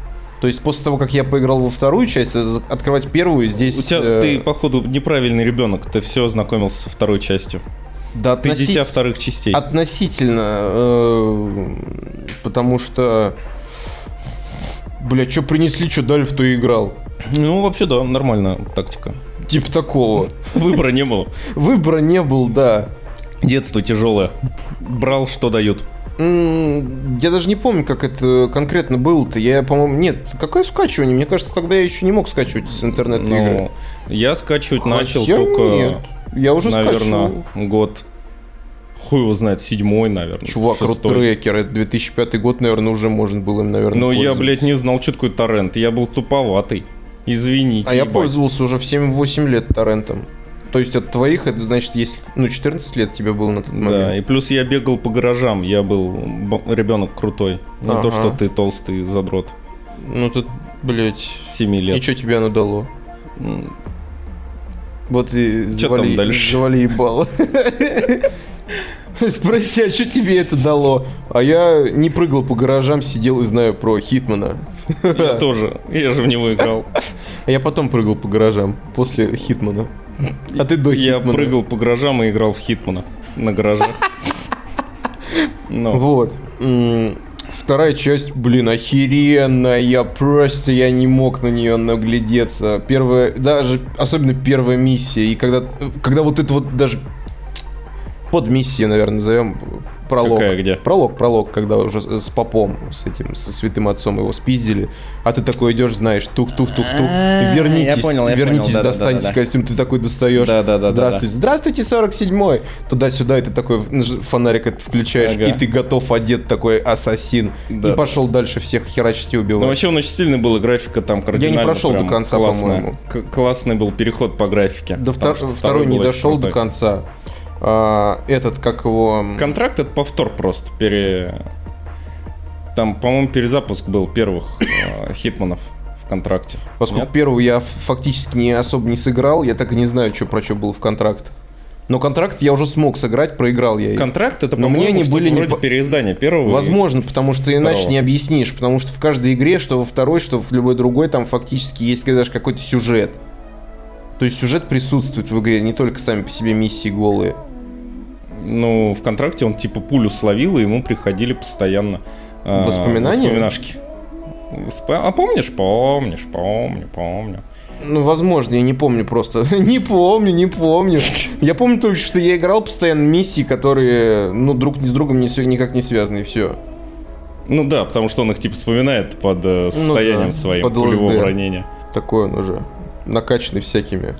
То есть после того, как я поиграл во вторую часть, а за- открывать первую здесь...
У тебя,
э,
ты, походу, неправильный ребенок, ты все ознакомился со второй частью.
да,
Ты
относить-
дитя вторых частей.
Относительно, э, потому что... Бля, что принесли, что дали, в то и играл.
Ну, вообще, да, нормальная тактика.
Типа такого.
Выбора не было.
Выбора не был, да.
Детство тяжелое. Брал, что дают.
М, Я даже не помню, как это конкретно было-то. Я, по-моему, нет, какое скачивание? Мне кажется, тогда я еще не мог скачивать с интернета игры.
Ну, я скачивать начал
Хотя
только,
нет, я уже
наверное,
скачивал.
год. Хуй его знает, седьмой, наверное.
Чувак,
шестой.
Роттрекер, это 2005 год, наверное, уже можно было им, наверное,
Но Ну, я,
пользоваться.
блядь, не знал, что такое торрент. Я был туповатый. Извините.
А я
ебать.
пользовался уже в 7-8 лет торрентом. То есть от твоих, это значит, если... Ну, 14 лет тебе было на тот
Да,
момент.
и плюс я бегал по гаражам, я был б- ребенок крутой. Не
Ага.
то, что ты толстый задрот
Ну, тут, блядь...
с 7
И
лет.
что тебе оно дало?
М,
Вот и
Чё там
завали,
дальше?
завали ебало. <laughs> Спроси, а что тебе это дало? А я не прыгал по гаражам, сидел и знаю про Хитмана.
Я тоже, я же в него играл.
А я потом прыгал по гаражам, после Хитмана. А ты до
Я
Хитмана.
прыгал по гаражам и играл в Хитмана на гаражах. Ну,
Вот. М, Вторая часть, блин, охеренная. Я просто я не мог на нее наглядеться. Первая, даже, особенно первая миссия. И когда, когда вот это вот даже под миссия, наверное, назовем пролог.
Какая где?
Пролог, пролог, когда уже с с попом, с этим, со святым отцом его спиздили. А ты такой идешь, знаешь, тух-тух-тух-тух.
А, я
Вернитесь,
понял, я понял,
вернитесь,
да-да-да-да-да.
достаньте костюм. Ты такой достаешь.
Да-да-да-да-да.
Здравствуйте. Здравствуйте, 47-й! Туда-сюда, и ты такой наж- фонарик этот включаешь,
Ага.
и ты готов одет такой ассасин.
Да.
И пошел дальше всех херачить и
Ну,
убивать.
вообще он очень стильный был, и графика там кардинально
прошел
прям
до конца,
классная.
по-моему.
К- классный был переход по графике.
До
потому
втор-
что
второй не
был очень
дошел до
крутой.
конца. А, этот, как его... м,
Контракт это повтор просто. Пере... Там, по-моему, перезапуск был первых э, <coughs> хитманов в контракте.
Поскольку
Нет?
первую я ф- фактически не особо не сыграл, я так и не знаю, что про что был в контракт. Но контракт я уже смог сыграть, проиграл я. его.
Контракт это,
Но
по-моему,
мне они
что-то
были не
вроде
по-
переиздания первого. и-
Возможно, потому что иначе
Второго.
не объяснишь. Потому что в каждой игре, что во второй, что в любой другой, там фактически есть даже какой-то сюжет. То есть сюжет присутствует в игре, не только сами по себе миссии голые.
Ну, в контракте он типа пулю словил, и ему приходили постоянно э,
Воспоминания?
воспоминашки. Восп- А помнишь? Помнишь, помню, помню.
Ну, возможно, я не помню просто. <laughs> не помню, не помню. Я помню только, что я играл постоянно миссии, которые, ну, друг с другом не свя- никак не связаны, и все.
Ну да, потому что он их типа вспоминает под э, состоянием
Ну да,
своим
под
пулевого
LSD.
ранения.
Такой он уже. Накачанный всякими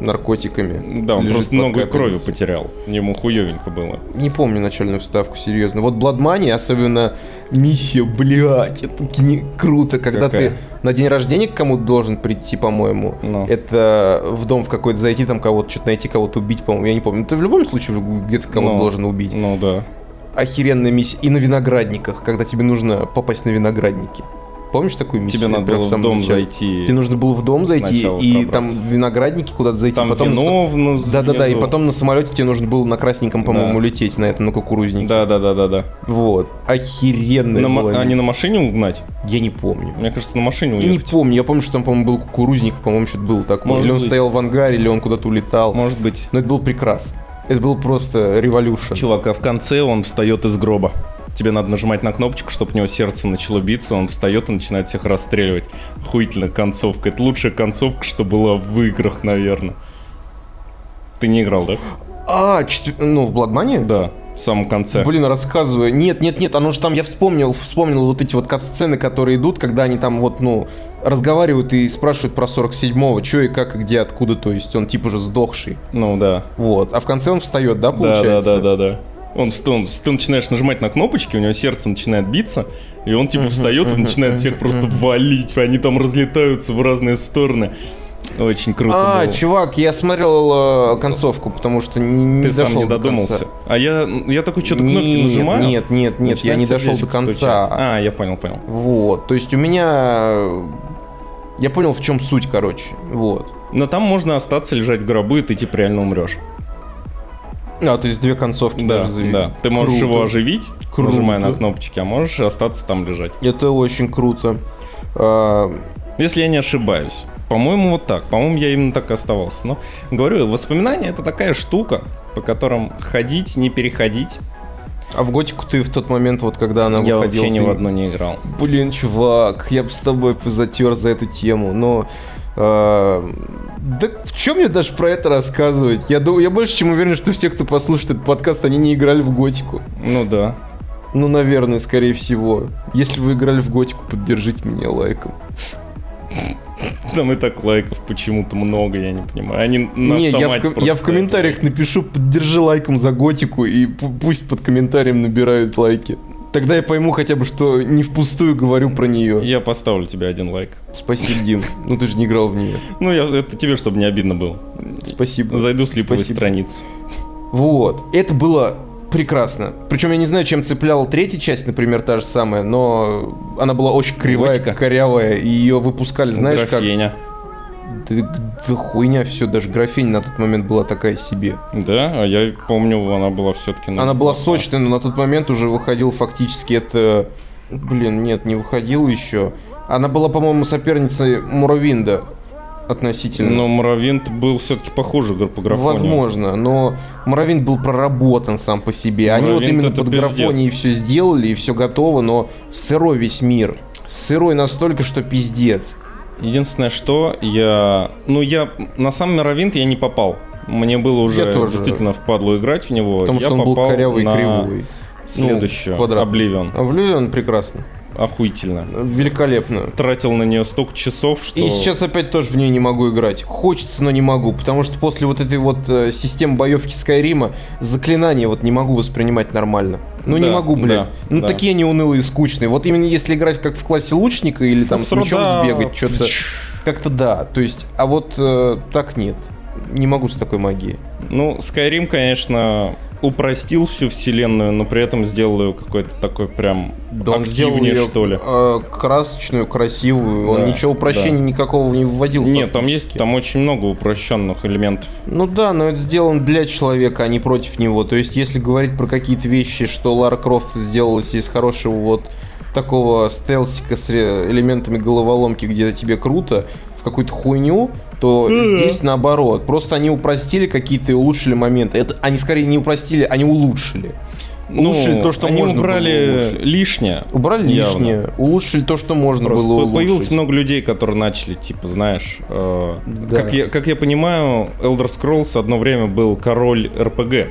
наркотиками.
Да, он
Лежит
просто
под
много крови
капельницей.
потерял. Ему хуевенько было.
Не помню начальную вставку, серьезно. Вот Blood Money, особенно миссия, блядь, это кине- круто, когда
Какая?
ты на день рождения к кому-то должен прийти, по-моему.
Ну.
Это в дом в какой-то зайти, там кого-то что-то найти, кого-то убить, по-моему, я не помню. Ты в любом случае где-то кого-то
Ну.
должен убить.
Ну да.
Охеренная миссия. И на виноградниках, когда тебе нужно попасть на виноградники. Помнишь такую миссию?
Тебе надо
Прям
было в
самом
дом
начале.
зайти.
Тебе нужно было в дом зайти,
Сначала
и
пробраться.
там в виноградники куда-то зайти,
Там
потом... на са-
вино в- на-
Да-да-да, и
внизу.
потом на самолете тебе нужно было на красненьком, по-моему, лететь на этом, на кукурузнике.
Да-да-да-да-да.
Вот. Охеренная
На ма-
была
а не
миссия.
на Ну, машине угнать?
Я не помню.
Мне кажется, на машине
Не
уехать.
помню. Я помню, что там, по-моему, был кукурузник, по-моему, что-то было такое.
Может
или он
быть.
стоял в ангаре, или он куда-то улетал.
Может быть.
Но это было прекрасно. Это был просто революшн.
Чувак, а в конце он встает из гроба. Тебе надо нажимать на кнопочку, чтобы у него сердце начало биться, он встает и начинает всех расстреливать. Охуительная концовка. Это лучшая концовка, что была в играх, наверное. Ты не играл, да?
А, четвер- ну, в Бладмане?
Да, в самом конце.
Блин, рассказываю. Нет, нет, нет, оно же там, я вспомнил, вспомнил вот эти вот кат-сцены, которые идут, когда они там вот, ну, разговаривают и спрашивают про 47-го, что и как, и где, откуда, то есть он типа уже сдохший.
Ну да.
Вот. А в конце он встает,
Да,
да,
да,
получается?
да, да, да. Он, вст- он вст- ты начинаешь нажимать на кнопочки, у него сердце начинает биться, и он типа встает и начинает всех просто валить, они там разлетаются в разные стороны. Очень круто
А,
было.
чувак, я смотрел э, концовку, потому что не, не
Ты
дошел
сам не
до конца.
додумался. А я, я такой что-то кнопки Ну,
Нет,
нажимаю.
Нет, нет, нет, я
начинает
не дошел до
сердечко
конца.
стучать. А, я понял, понял.
Вот, то есть у меня... э, Я понял, в чем суть, короче. Вот.
Но там можно остаться лежать в гробу, и ты типа реально умрешь.
А, то есть две концовки
Да,
даже завели.
да. Ты можешь
Круто.
его оживить,
Круто.
нажимая на кнопочки, а можешь остаться там лежать.
Это очень круто. А,
Если я не ошибаюсь. По-моему, вот так. По-моему, я именно так и оставался. Но, говорю, воспоминания — это такая штука, по которым ходить, не переходить.
а в Готику ты в тот момент, вот когда она
я
выходила...
вообще ни
ты-
в одну не играл.
Блин, чувак, я бы с тобой позатер за эту тему, но... э, да что мне даже про это рассказывать? Я, думаю, я больше чем уверен, что все, кто послушает этот подкаст, они не играли в Готику.
Ну да. <laughs>
Ну, наверное, скорее всего. Если вы играли в Готику, поддержите меня лайком.
Там и так лайков почему-то много, я не понимаю. Они на
не, я в,
автомате
ком-
просто
я в комментариях напишу, поддержи лайком за Готику, и пу- пусть под комментарием набирают лайки. Тогда я пойму хотя бы, что не впустую говорю про
это-
нее.
Я поставлю тебе один лайк.
Спасибо, Дим. Ну ты же не играл в нее.
Ну, я, это тебе, чтобы не обидно было.
Спасибо.
Зайду с липовой
Спасибо.
страницы.
Вот. Это было прекрасно. Причем я не знаю, чем цепляла третья часть, например, та же самая, но она была очень кривая,
Готика.
корявая, и ее выпускали, знаешь,
Графиня.
как... Да, да хуйня все, даже графиня на тот момент была такая себе.
Да, а я помню, она была все-таки...
Она была сочной, но на тот момент уже выходил фактически это... Блин, нет, не выходил еще. Она была, по-моему, соперницей Муравинда относительно.
Но Муравинт был все-таки похуже гра- по Ну, графоне.
Возможно, но Муравин был проработан сам по себе. Они вот
Муравьин-то
именно
это
под
пиздец.
графонией все сделали, и все готово, но сырой весь мир. Сырой настолько, что пиздец.
Единственное, что я... Ну, я на сам Муравинт я не попал. Мне было уже
Я тоже.
действительно впадло играть в него.
Потому
я
что он был
попал
корявый и
на
кривой. Ну,
Следующую.
квадрат.
Обливион.
А в Лювен прекрасно.
Охуительно.
Великолепно.
Тратил на нее столько часов, что...
И сейчас опять тоже в нее не могу играть. Хочется, но не могу, потому что после вот этой вот э, системы боевки Скайрима заклинания вот не могу воспринимать нормально. Ну не
Да,
могу, блин.
да,
ну
да.
такие они унылые и скучные. Вот именно если играть как в классе лучника или там с
Срода-
мечом сбегать, что-то как-то да. То есть, а вот э, так нет. Не могу с такой магией.
Ну, Skyrim, конечно, упростил всю вселенную, но при этом сделал ее какой-то такой прям активнее,
её,
что ли.
э, красочную, красивую.
Да,
Он ничего упрощения
да.
никакого не вводил.
Нет, там
фактически.
есть там очень много упрощенных элементов.
Ну да, но это сделано для человека, а не против него. То есть, если говорить про какие-то вещи, что Лара Крофт сделалась из хорошего вот такого стелсика с ре- элементами головоломки, где тебе круто, в какую-то хуйню, то здесь наоборот. Просто они упростили какие-то и улучшили моменты. Это они скорее не упростили, они улучшили. Улучшили то, что
Ну, они
можно было
убрали
улучшить.
лишнее.
Убрали
Явно.
лишнее, улучшили то, что можно
Просто
было
по- появилось
улучшить.
много людей, которые начали, типа, знаешь, э,
Да.
как, я, как я понимаю, Elder Scrolls одно время был король РПГ.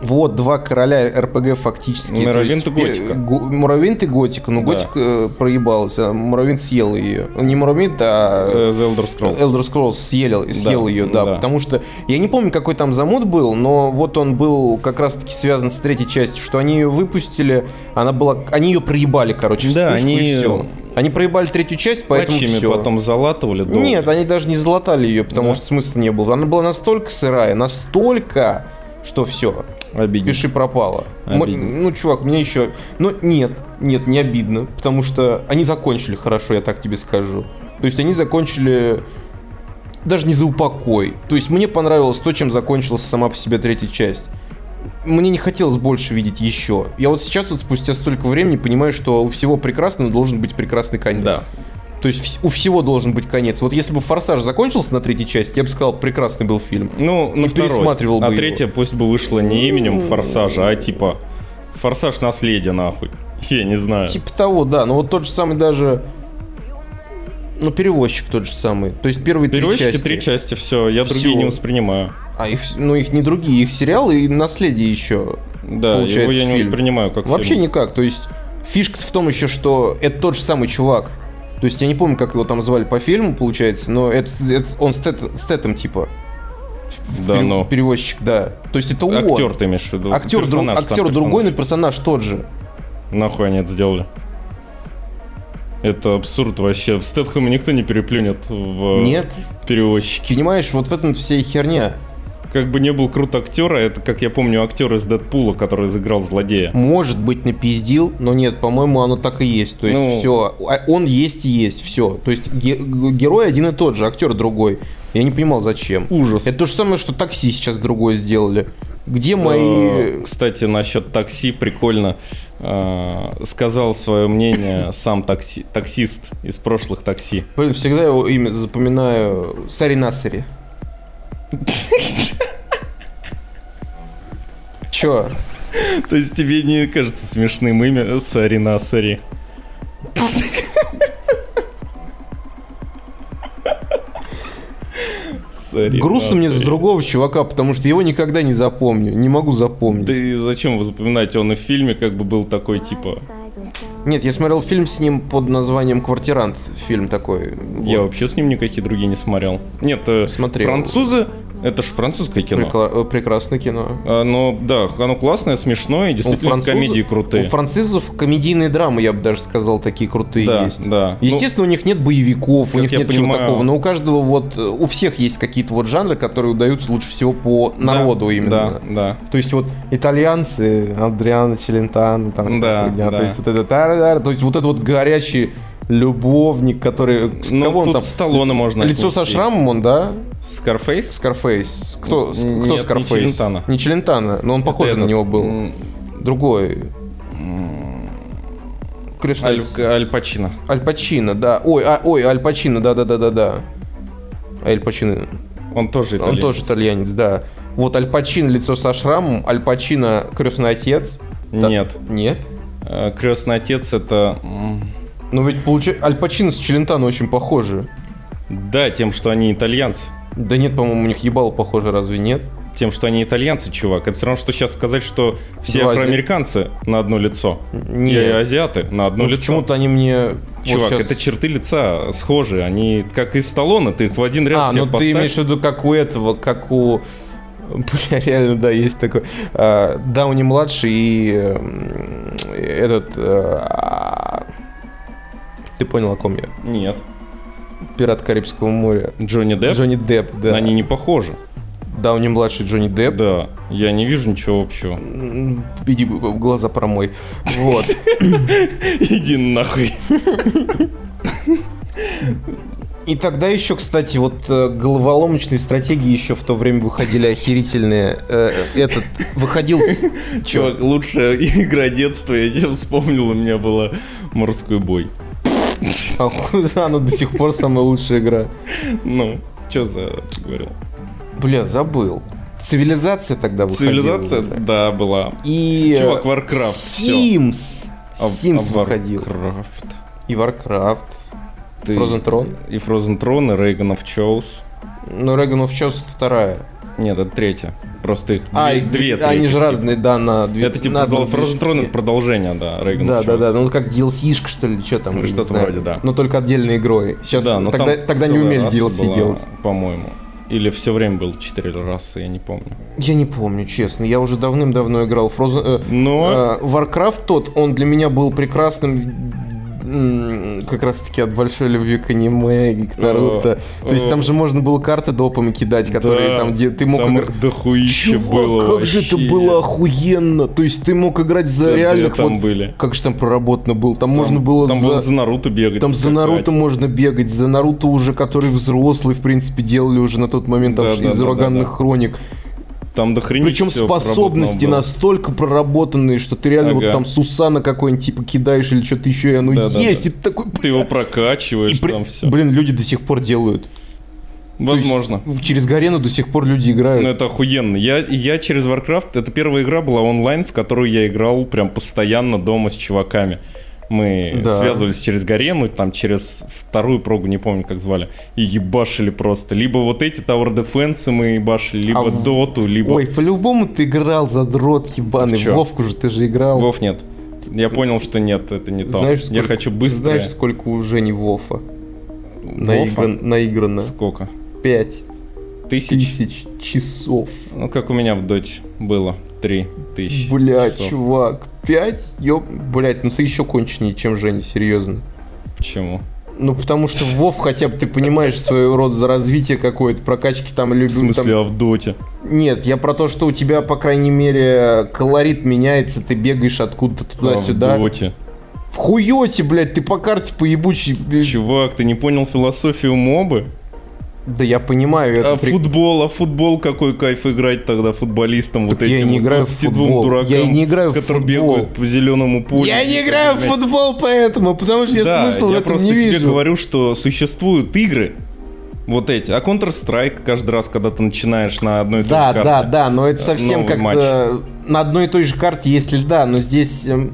Вот два короля РПГ фактически.
Муравьин-то
То есть,
Готика.
э, Го- Муравьин-то Готика, но
Да.
Готик э, проебалась, а Муравьин съел ее. Не Муравьин,
Э,
а
The Elder Scrolls.
Elder Scrolls съел, съел ее, да,
да.
потому что я не помню, какой там замут был, но вот он был как раз-таки связан с третьей частью, что они ее выпустили, она была, они ее проебали, короче, в
Да,
вспышку
они-
и все. Они проебали третью часть, поэтому
Патчами
все.
потом залатывали. долго.
Нет, они даже не залатали ее, потому
Да.
что смысла не было. Она была настолько сырая, настолько, что все.
Обидно.
а Пиши пропало.
Обидно.
М- Ну, чувак, мне еще... Ну, нет, нет, не обидно, потому что они закончили хорошо, я так тебе скажу. То есть они закончили даже не за упокой. То есть мне понравилось то, чем закончилась сама по себе третья часть. Мне не хотелось больше видеть еще. Я вот сейчас, вот спустя столько времени, понимаю, что у всего прекрасного должен быть прекрасный конец.
Да.
То есть вс- у всего должен быть конец. Вот если бы «Форсаж» закончился на третьей части, я бы сказал, прекрасный был фильм.
Ну, на
И
второй.
пересматривал бы
А
его. Ну,
третья пусть бы вышла не именем Форсажа, а типа Форсаж наследие, нахуй. <laughs> Я не знаю.
Типа того, да. Но вот тот же самый даже... Ну, перевозчик тот же самый. То есть первые
Перевозчики
три части.
три части, все, я
Всё.
другие не воспринимаю.
А их, вс- ну, их не другие, их сериалы и наследие еще.
Да,
Получается,
его я не
фильм.
воспринимаю как
Вообще
фильм.
никак. То есть фишка в том еще, что это тот же самый чувак. То есть я не помню, как его там звали по фильму, получается, но это, это- он стет, стетом типа.
Да,
Пере-
но
Перевозчик, да. То есть это он.
актер ты имеешь в виду.
Актер, друг-
Персонаж, сам
актер другой, но
персонаж.
персонаж тот же.
Нахуй они это сделали. Это абсурд вообще. В Стэтхэма никто не переплюнет в э,
Нет.
перевозчике.
Понимаешь, вот в этом вся и херня.
Как бы не был крут актера, это, как я помню, актер из Дэдпула, который сыграл злодея.
Может быть, напиздил, но нет, по-моему, оно так и есть. То есть,
Ну.
все. Он есть и есть, все. То есть, ге- герой один и тот же, актер другой. Я не понимал, зачем.
Ужас.
Это то же самое, что такси сейчас другое сделали. Где мои...
Э, Кстати, насчет такси прикольно. Э, Сказал свое мнение сам такси, таксист из прошлых такси.
Блин, всегда его имя запоминаю. Сари Насари. Чё?
То есть тебе не кажется смешным имя Сари Насари? Сари
Грустно мне за
Насари.
другого чувака, потому что его никогда не запомню. Не могу запомнить.
Ты зачем его запоминать? Он и в фильме как бы был такой, типа...
Нет, я смотрел фильм с ним под названием «Квартирант». Фильм такой.
Я
Вот.
вообще с ним никакие другие не смотрел. Нет, э,
Смотрел.
французы... Это же французское кино.
Прикла- э, Прекрасное кино.
А, Но да, оно классное, смешное, и действительно
французов-
комедии крутые.
У французов комедийные драмы, я бы даже сказал, такие крутые
да,
есть.
да. Ну,
Естественно, у них нет боевиков, у
как
них
я
нет чего
понимаю-
такого, но у каждого вот, э, у всех есть какие-то вот жанры, которые удаются лучше всего по
да,
народу именно.
Да, да.
То есть вот итальянцы, Адриано Челентано, там,
Да,
всякая хуйня,
да.
то есть вот это, тар-дар, то есть вот этот вот горячий любовник, который,
Ну,
кого он
тут
там,
Сталлоне можно
лицо со
отнести.
шрамом он, да?
Скарфейс?
Скарфейс. Кто, с-
Н-
кто
нет, не
Скарфейс?
Челентано.
Не Челентано, но он похож
Это
на
этот,
него был.
м,
Другой. Крис
Аль,
Фэллс.
Аль Пачино.
Аль Пачино, да. Ой, а- ой, Аль Пачино, да-да-да-да-да. Аль Пачино.
Он тоже
Он
итальянец.
тоже итальянец, да. Вот Аль Пачино, лицо со шрамом, Аль Пачино, крестный отец. Да.
Нет. э,
Нет.
Крестный отец это... м,
Ну ведь получается, Аль Пачино с Челентано очень похожи.
Да, тем, что они итальянцы.
Да нет, по-моему, у них ебало похоже, разве нет?
Тем, что они итальянцы, чувак. Это все равно, что сейчас сказать, что все
Два ази-
афроамериканцы на одно лицо.
Не.
И азиаты на одно
Ну,
лицо.
почему-то они мне... вот
Чувак,
щас-
это черты лица схожи. Они как из Сталлоне, ты их в один ряд
А,
всех
ну ты
поставь.
имеешь в виду, как у этого, как у... Бля, реально, да, есть такой. а, Дауни младший и эм, этот... а, Ты понял, о ком я?
Нет.
Пират Карибского моря.
Джонни Депп?
Джонни Депп, да.
Они не похожи.
Дауни младший Джонни Депп.
Да, я не вижу ничего общего. <laughs>
М, Иди в глаза промой. Вот.
Иди нахуй.
И тогда еще, кстати, вот э, головоломочные стратегии еще в то время выходили охерительные. Э, Этот выходил... с- <laughs>
Чувак, лучшая <laughs> игра детства, я сейчас вспомнил, у меня была «Морской бой».
Оху- <laughs> Она до сих пор самая лучшая игра.
Ну, что за... говорил?
Бля, забыл. Цивилизация тогда выходила.
Цивилизация?
уже.
Да, была.
И... э,
Чувак, Warcraft, всё.
Sims.
А-
Sims
а
выходил.
Warcraft.
И Warcraft.
Ты-
Frozen Throne.
И Frozen Throne, и Reagan of Chaos.
Ну, Reagan of Chaos вторая.
Нет, это третья. Просто их
А,
две,
и
две
д- Они
третьих,
же
типа.
разные, да, на... две-
Это типа
на
продол-
две
Frozen Throne
штуки.
это продолжение, да, Reagan
Да,
of
да,
Chaos.
да. Ну как DLC-шка, что ли, что там? я не
Что-то
знаю.
вроде, да.
Но только отдельной игрой. Сейчас
Да, но
тогда,
там
тогда не
целая
умели
раса
DLC
была,
делать.
По-моему. Или все время был четыре расы, я не помню.
Я не помню, честно. Я уже давным-давно играл в Frozen- э,
Но
э, Warcraft тот, он для меня был прекрасным м, как раз таки от большой любви к аниме и к Наруто.
Э,
То есть
э.
там же можно было карты допами кидать, которые
Да,
там, где ты мог
там
играть.
их дохуище
Чувак,
было
как же это
вообще.
было охуенно! То есть ты мог играть за
Да,
реальных
там
вот...
были.
Как же там проработано было? Там,
Там-
можно было
там
за...
было за Наруто бегать.
Там за
скакать.
Наруто можно бегать, за Наруто уже, который взрослый, в принципе, делали уже на тот момент там,
Да,
ш-
да,
из
да,
ураганных
да, да.
хроник.
Там дохренище
Причем
всего
способности
проработано
настолько проработанные, что ты реально вот
Ага.
там Сусана какой-нибудь типа кидаешь или что-то еще, и оно
Да, да,
есть,
да.
и ты такой...
было. Ты его прокачиваешь,
и при-
там все.
Блин, люди до сих пор делают. То есть
Возможно.
через Гарену до сих пор люди играют.
Но это охуенно. Я, я через Warcraft, это первая игра была онлайн, в которую я играл прям постоянно дома с чуваками. Мы
Да.
связывались через Гарену, там через вторую прогу, не помню как звали, и ебашили просто. Либо вот эти Tower Defense мы ебашили, либо
А в-
Доту, либо...
Ой, по-любому ты играл за дрот ебаный.
Чё?
Вовку же ты же играл.
Вов нет. Я понял, что нет, это не то.
Знаешь,
Я
сколько-
хочу быстро.
Знаешь, сколько уже не Вова наиграно?
Сколько?
Пять.
Тысяч?
тысяч часов.
Ну, как у меня в доте было. Три тысячи.
Бля,
часов.
чувак, 5? Ёп, блять, ну ты еще конченее, чем Женя, серьезно.
Почему?
Ну, потому что в Вов хотя бы ты понимаешь свой род за развитие какое-то, прокачки там
В
любви.
смысле, а в доте?
Нет, я про то, что у тебя, по крайней мере, колорит меняется, ты бегаешь откуда-то
А,
туда-сюда.
в доте.
в хуёте, блядь, ты по карте поебучий.
Чувак, ты не понял философию мобы?
Да я понимаю, это
а
при-
футбол, а футбол какой кайф играть тогда футболистам
Так
вот
я и
этим
не
вот
играю в
22
футбол.
дуракам,
Я и не играю в
которые
футбол.
бегают по зеленому полю.
Я не играю в футбол поэтому, потому что я
да,
смысл
я
в этом
просто
не
тебе
вижу.
говорю, что существуют игры, вот эти. А Counter-Strike каждый раз, когда ты начинаешь на одной и той
Да,
же карте.
да, да, но это
э,
совсем
новый
как-то на одной и той же карте, если да, но здесь эм,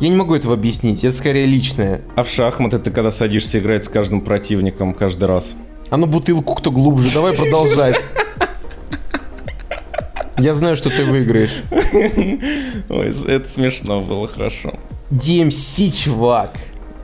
я не могу этого объяснить, это скорее личное.
А в шахматы ты когда садишься играть с каждым противником каждый раз.
А ну бутылку кто глубже, давай продолжать. Я знаю, что ты выиграешь.
Ой, это смешно было, хорошо.
DMC, Эм чувак.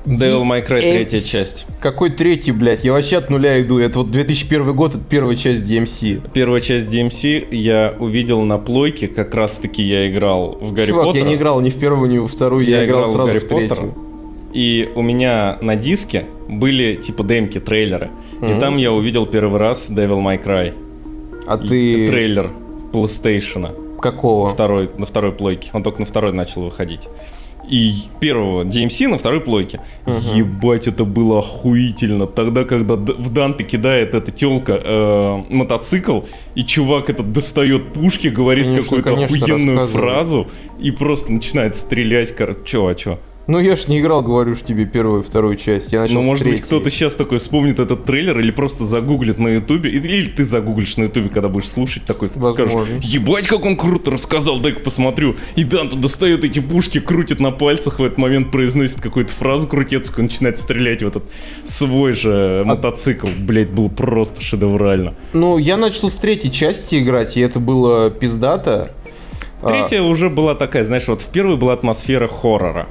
Devil May Cry, третья
DMC.
часть.
Какой третий, блядь? Я вообще от нуля иду. Это вот 2001 год, это первая часть Эм DMC.
Первая часть DMC я увидел на плойке, как раз-таки я играл в Гарри
Чувак,
Поттера.
я не играл ни в первую, ни во вторую, я, играл,
в
сразу
Гарри
в, третью.
Поттера, И у меня на диске были типа демки, трейлеры. И
Мгм.
там я увидел первый раз Devil May Cry.
А
И
ты
Трейлер PlayStation.
какого?
Второй, на второй плойке. Он только на второй начал выходить. И первого DMC на второй плойке.
Мгм.
Ебать, это было охуительно. Тогда, когда Д- в Данте кидает эта телка мотоцикл, и чувак этот достает пушки, говорит
Конечно,
какую-то
конечно,
охуенную
рассказывай.
фразу, и просто начинает стрелять. кор- Чё, а чё?
Ну я ж не играл, говорю ж тебе первую, вторую часть. Я начал
Ну,
с
может быть,
третьей.
кто-то сейчас такой вспомнит этот трейлер или просто загуглит на Ютубе. Или или ты загуглишь на Ютубе, когда будешь слушать такой, ты скажешь,
Возможно.
ебать, как он круто рассказал, дай-ка посмотрю. И Данта достает эти пушки, крутит на пальцах, в этот момент произносит какую-то фразу крутецкую, начинает стрелять в этот свой
А
же мотоцикл. Блять, был просто шедеврально.
Ну, я начал с третьей части играть, и это было пиздато. А,
Третья уже была такая, знаешь, вот в первой была атмосфера хоррора.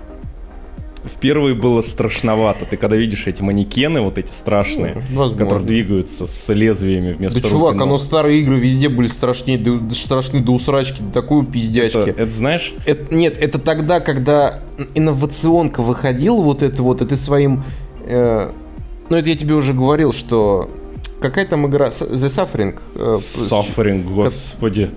В первой было страшновато. Ты когда видишь эти манекены, вот эти страшные,
А, возможно.
которые двигаются с лезвиями вместо
Да
рук и
чувак,
ног.
оно старые игры везде были страшнее, да- да страшны до усрачки, до такой
это,
пиздячки.
это знаешь,
Это- нет, это тогда, когда инновационка выходила вот это вот, и ты своим... э, ну, это я тебе уже говорил, что... Какая там игра? С- The Suffering? э,
Suffering, господи.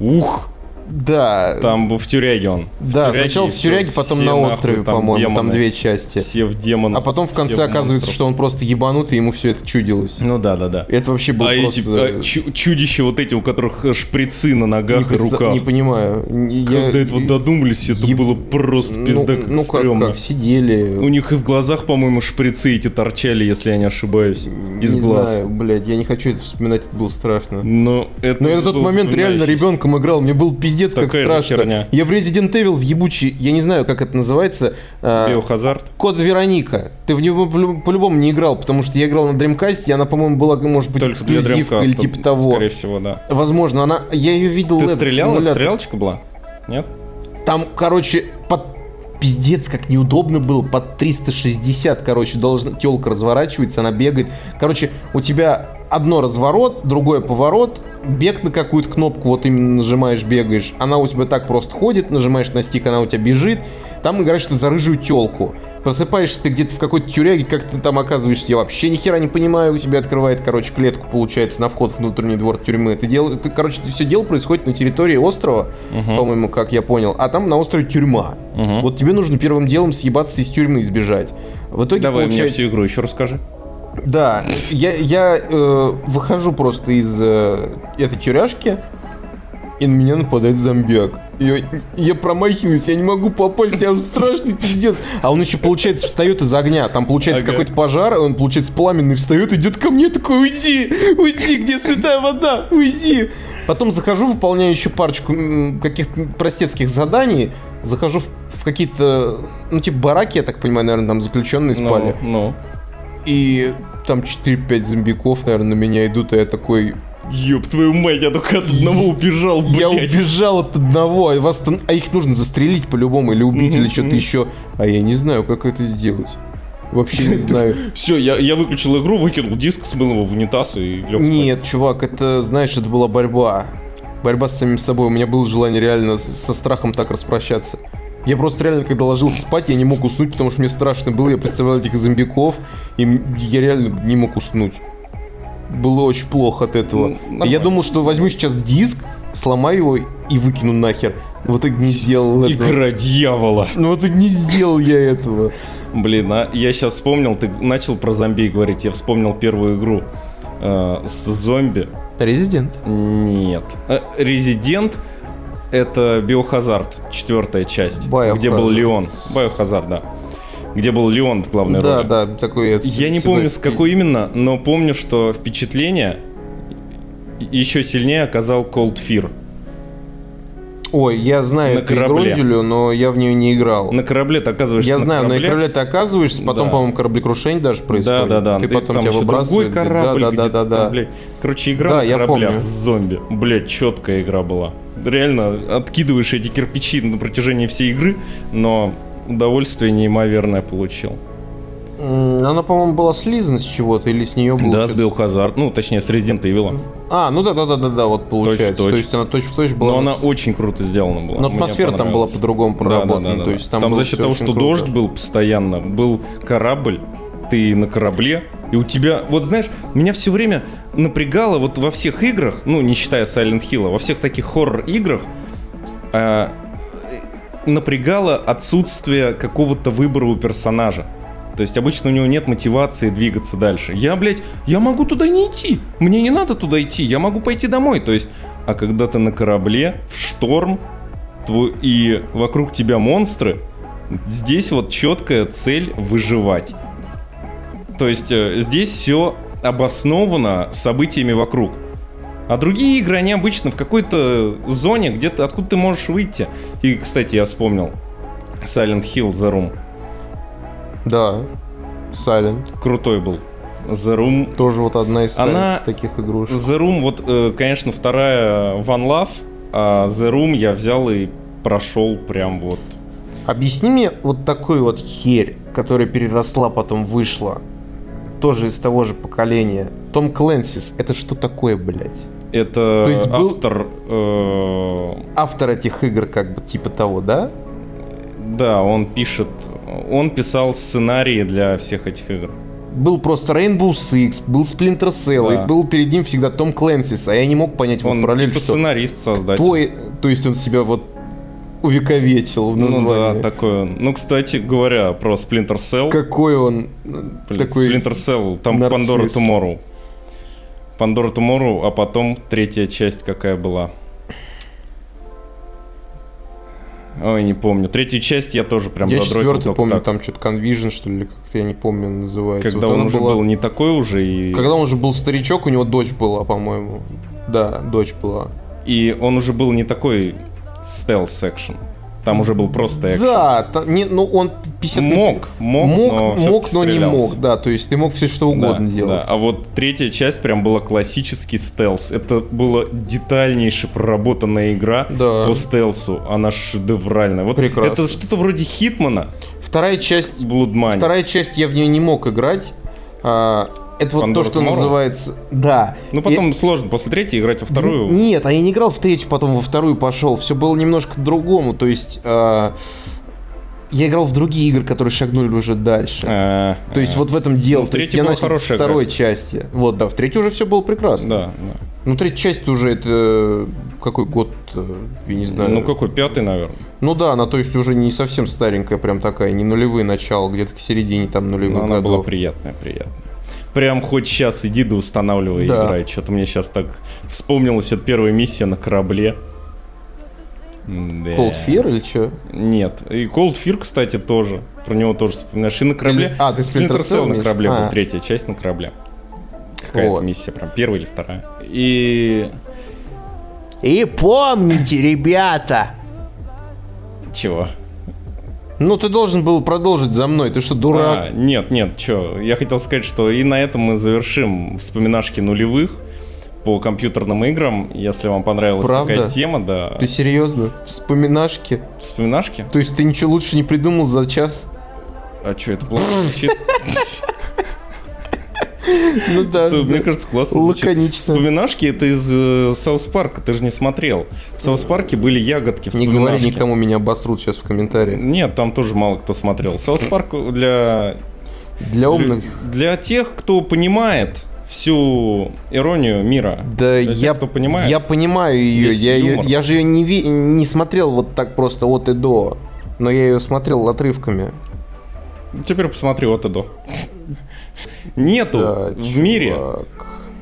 Ух,
Да.
там в тюряге он. В
да,
тюряге
сначала
и
в
все-
тюряге, потом
все
на
нахуй
острове,
там
по-моему, там
демоны.
две части.
Все в демонов.
А потом в конце
все в
оказывается,
монстров.
что он просто ебанутый, ему все это чудилось.
Ну да, да, да.
Это вообще было
а
просто... э,
эти а, чу- чудища вот эти, у которых э, шприцы на
не,
ногах и
представ-
руках.
не понимаю. Не- я-
Когда этого додумались, это
еб-
было просто пизда как
ну, ну как,
стрёмно. Ну,
как, сидели...
У них и в глазах, по-моему, шприцы эти торчали, если я не ошибаюсь, из
не
глаз.
знаю, блядь, я не хочу это вспоминать, это было страшно.
Но это
Но я на тот
было
момент реально
запоминающееся.
ребенком играл, мне был пиздец как
Такая же
страшно.
херня.
Я в Resident Evil в ебучий, я не знаю, как это называется, а,
Биохазард.
Код Вероника. Ты в него полю- по-любому не играл, потому что я играл на Dreamcast, и она, по-моему, была, может быть,
Только для
эксклюзивка
Dreamcast,
или типа того.
Скорее всего, да.
Возможно, она, я ее видел. ну,
Ты
это,
стрелял? Это
эмулятор.
стрелялочка была? Нет?
Там, короче, под пиздец, как неудобно было, под 360, короче, должна телка разворачивается, она бегает. Короче, у тебя одно разворот, другое поворот, бег на какую-то кнопку, вот именно нажимаешь, бегаешь. Она у тебя так просто ходит, нажимаешь на стик, она у тебя бежит. Там играешь ты за рыжую телку. Просыпаешься ты где-то в какой-то тюряге, как ты там оказываешься, я вообще ни хера не понимаю, у тебя открывает, короче, клетку, получается, на вход в внутренний двор тюрьмы. Ты дел... ты, короче, все дело происходит на территории острова, по-моему, как я понял, а там на острове тюрьма.
Мгм.
Вот тебе нужно первым делом съебаться из тюрьмы и сбежать. В итоге
Давай мне
получается...
всю игру еще расскажи.
Да, я, я э, выхожу просто из э, этой тюряшки, и на меня нападает зомбиак. Я, я промахиваюсь, я не могу попасть, я страшный пиздец. А он еще, получается, встает из огня. Там, получается,
Ага.
какой-то пожар, и он, получается, пламенный встает, идет ко мне, такой, уйди, уйди, где святая вода, уйди. Потом захожу, выполняю еще парочку м, каких-то простецких заданий, захожу в, в какие-то, ну, типа, бараки, я так понимаю, наверное, там заключенные
Ну,
спали.
Ну.
И там 4-5 зомбиков, наверное, на меня идут, и я такой...
Ёб твою мать, я только от одного убежал,
Я
блядь.
убежал от одного, а, вас там- а их нужно застрелить по-любому, или убить,
Мгм,
или что-то
мгм.
еще. А я не знаю, как это сделать. Вообще
<laughs>
не знаю.
Все, я, я выключил игру, выкинул диск, смыл его в унитаз и лег
Нет, чувак, это, знаешь, это была борьба. Борьба с самим собой. У меня было желание реально с- со страхом так распрощаться. Я просто реально, когда ложился спать, я не мог уснуть, потому что мне страшно было. Я представлял этих зомбиков, и м- я реально не мог уснуть. Было очень плохо от этого.
Ну, нормально.
я думал, что возьму сейчас диск, сломаю его и выкину нахер. Вот и не сделал этого.
Игра дьявола.
Ну вот и не сделал я этого.
Блин, а я сейчас вспомнил, ты начал про зомби говорить, я вспомнил первую игру э, с зомби.
Резидент.
Нет. Э, Резидент это Биохазард, четвертая часть,
Biohazard.
где был Леон. Биохазард, да. Где был Леон в главной
Да,
роли.
да, такой это
Я не
всегда-
помню, с какой именно, но помню, что впечатление еще сильнее оказал Cold Fear.
Ой, я знаю
На
эту
корабле.
игрулю, но я в нее не играл.
На корабле ты оказываешься
Я
на
знаю, на
корабле.
корабле ты оказываешься, потом,
Да.
по-моему, кораблекрушение даже происходит.
Да, да, да.
Ты потом тебя
еще
выбрасывают.
Другой корабль,
да, да,
где-то
да, да,
там, блядь. Короче, игра
Да,
на
я
кораблях
помню.
с зомби. Блять, четкая игра была. Реально, откидываешь эти кирпичи на протяжении всей игры, но удовольствие неимоверное получил.
М, Она, по-моему, была слизана с чего-то или с нее было.
да,
что-то-
сбил Хазард. Ну, точнее, с Resident Evil.
А, ну да, да, да, да, да, вот получается.
точь.
То есть она точь в точь была.
Но она очень круто сделана была.
Но
Мне
атмосфера там была
понравилось.
по-другому
Да, да, да,
проработана.
да,
То
да.
есть
там,
там, было
за счет
всё
того,
очень
что
круто.
дождь был постоянно, был корабль, ты на корабле, и у тебя, вот знаешь, меня все время напрягало вот во всех играх, ну не считая Silent Hill, а во всех таких хоррор играх э, напрягало отсутствие какого-то выбора у персонажа. То есть обычно у него нет мотивации двигаться дальше. Я, блядь, я могу туда не идти. Мне не надо туда идти. Я могу пойти домой. То есть, а когда ты на корабле, в шторм, тво- и вокруг тебя монстры, здесь вот четкая цель выживать. То есть э, здесь все обосновано событиями вокруг. А другие игры, они обычно в какой-то зоне, где-то откуда ты можешь выйти. И, кстати, я вспомнил Silent Hill The Room.
Да. Silent.
Крутой был. The Room
Тоже вот одна из
Она-
старых таких игрушек.
The Room, вот, э, конечно, вторая One Love, а The Room я взял и прошел прям вот.
Объясни мне вот такую вот херь, которая переросла, потом вышла. Тоже из того же поколения. Том Кленсис. Это что такое, блядь?
Это
То есть был-
автор, э,
Автор этих игр, как бы, типа того, да?
да, он пишет, он писал сценарии для всех этих игр.
Был просто Rainbow Six, был Splinter Cell,
Да.
и был перед ним всегда Том Кленсис, а я не мог понять вот
Он
параллель,
типа
что
сценарист, создатель.
кто, и- то есть он себя вот увековечил в
Ну да,
названии.
такой он. Ну, кстати говоря, про Splinter Cell.
Какой он э,
Блин,
такой...
Splinter Cell, там
нарцисс.
Pandora Tomorrow. Pandora Tomorrow, а потом третья часть какая была. Ой, не помню. Третью часть я тоже прям
Я
задротил
четвертый
только
помню,
так.
там что-то Convision, что ли, или как-то я не помню называется.
Когда
Вот
он
она
уже
была-
был не такой уже, и,
Когда он уже был старичок, у него дочь была, по-моему. Да, дочь была.
и он уже был не такой стелс-экшен. Там уже был просто экшен.
Да, та- не, ну он 50 минут-
Мог, мог,
мог,
но,
мог,
всё-таки
но не
стрелялся.
мог, да, то есть ты мог все что угодно
Да, да.
делать.
А вот третья часть прям была классический стелс. Это была детальнейше проработанная игра
Да.
по стелсу. Она шедевральная. Вот
Прекрасно.
Это что-то вроде Хитмана,
Вторая часть
Блудмани.
Вторая часть я в нее не мог играть. А, это вот
Pandora
то, что
Tomorrow?
называется... Да.
Ну потом сложно после третьей играть во
Я-
вторую.
Нет, а я не играл в третью, потом во вторую пошел. Все было немножко другому. То есть... а, Я играл в другие игры, которые шагнули уже дальше.
А,
То есть
а,
вот в этом дело.
Ну, в
То есть
третьей
я
была
начал с
хорошая
второй части. Вот, да, в третьей уже все было прекрасно.
Да,
Ну, третья часть уже это... Какой год? э, Я не
да.
знаю.
Ну какой, пятый, наверное.
Ну да, она то есть уже не совсем старенькая прям такая, не нулевые начала, где-то к середине там нулевых
Но Ну, она была
годов.
приятная, приятная. Прям хоть сейчас иди да устанавливай и
Да.
играй. Что-то мне сейчас так вспомнилась от первой миссии на корабле.
Cold
Cold
Fear или что?
Нет. И Cold Fear, кстати, тоже. Про него тоже вспоминаешь. И на корабле.
Или- а, ты Splinter Cell
на
имеешь?
корабле
А.
был. Третья часть на корабле. Какая-то
Вот.
миссия, прям первая или вторая. И...
И помните, ребята!
Чего?
Ну, ты должен был продолжить за мной, ты что,
А,
дурак?
нет, нет, чё. Я хотел сказать, что и на этом мы завершим вспоминашки нулевых по компьютерным играм. Если вам понравилась
Правда?
такая тема, да.
Ты серьезно? Вспоминашки?
Вспоминашки?
То есть ты ничего лучше не придумал за час?
А чё, это плохо звучит?
Ну да.
Это, мне кажется, классно. звучит.
Лаконично.
Вспоминашки это из э, Саус Парка, ты же не смотрел. В Саус Парке были ягодки
Не говори
вспоминашки.
никому, меня обосрут сейчас в комментариях.
Нет, там тоже мало кто смотрел. Саус Парк для
Для умных...
для тех, кто понимает всю иронию мира.
Да
тех,
я,
кто понимает,
я понимаю ее.
есть
Я, ее,
юмор.
я же ее не, ви- не смотрел вот так просто от и до. Но я ее смотрел отрывками.
Теперь посмотри вот и до. Нету
Да,
в мире
чувак.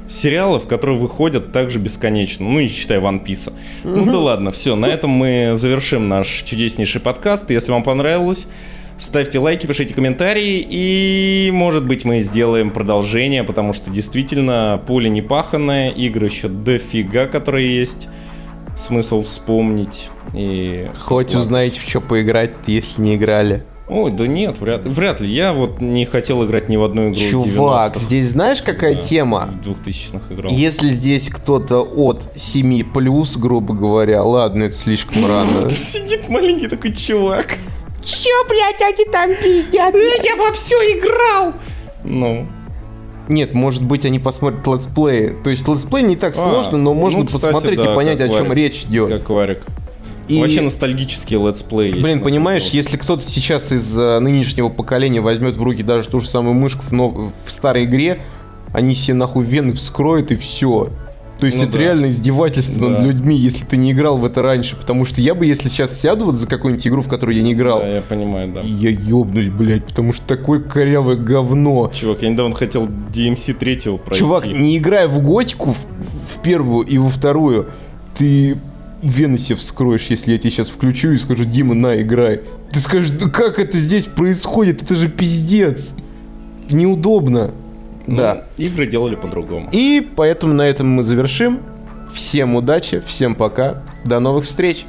сериалов, которые выходят также бесконечно. Ну, не считай One Piece. Ну да ладно, все, на этом мы завершим наш чудеснейший подкаст. Если вам понравилось, ставьте лайки, пишите комментарии, и, может быть, мы сделаем продолжение, потому что действительно поле не паханное, игры еще дофига, которые есть. Смысл вспомнить и...
Хоть
Ладно.
узнаете, в что поиграть, если не играли.
Ой, да нет, вряд, вряд ли. Я вот не хотел играть ни в одну игру
Чувак,
90-х,
здесь знаешь, какая
Да.
тема?
в 2000-х играл.
Если здесь кто-то от 7 плюс, грубо говоря, ладно, это слишком <laughs> рано.
Сидит маленький такой чувак.
Че, блядь, они там пиздят? Я во все играл.
Ну,
Нет, может быть, они посмотрят летсплеи. То есть летсплей не так
А,
сложно, но
ну,
можно
кстати,
посмотреть
да,
и понять, о
как
чем
варик.
речь идет.
как варик.
И-
Вообще ностальгические летсплей.
Блин, понимаешь, если кто-то сейчас из э, нынешнего поколения возьмет в руки даже ту же самую мышку в, нов- в старой игре, они себе нахуй вены вскроют и все. То есть
Ну
это
да.
реально издевательство
Да.
над людьми, если ты не играл в это раньше. Потому что я бы, если сейчас сяду вот за какую-нибудь игру, в которую я не играл,
Да, я понимаю, да.
я ёбнусь, блядь, потому что такое корявое говно.
Чувак, я недавно хотел DMC третьего пройти. Ну,
Чувак, не играя в готику, в, в первую и во вторую, ты вены себе вскроешь, если я тебе сейчас включу и скажу, Дима, на, играй. Ты скажешь, да как это здесь происходит? Это же пиздец. Неудобно.
Ну,
Да.
Игры делали по-другому.
И поэтому на этом мы завершим. Всем удачи, всем пока. До новых встреч.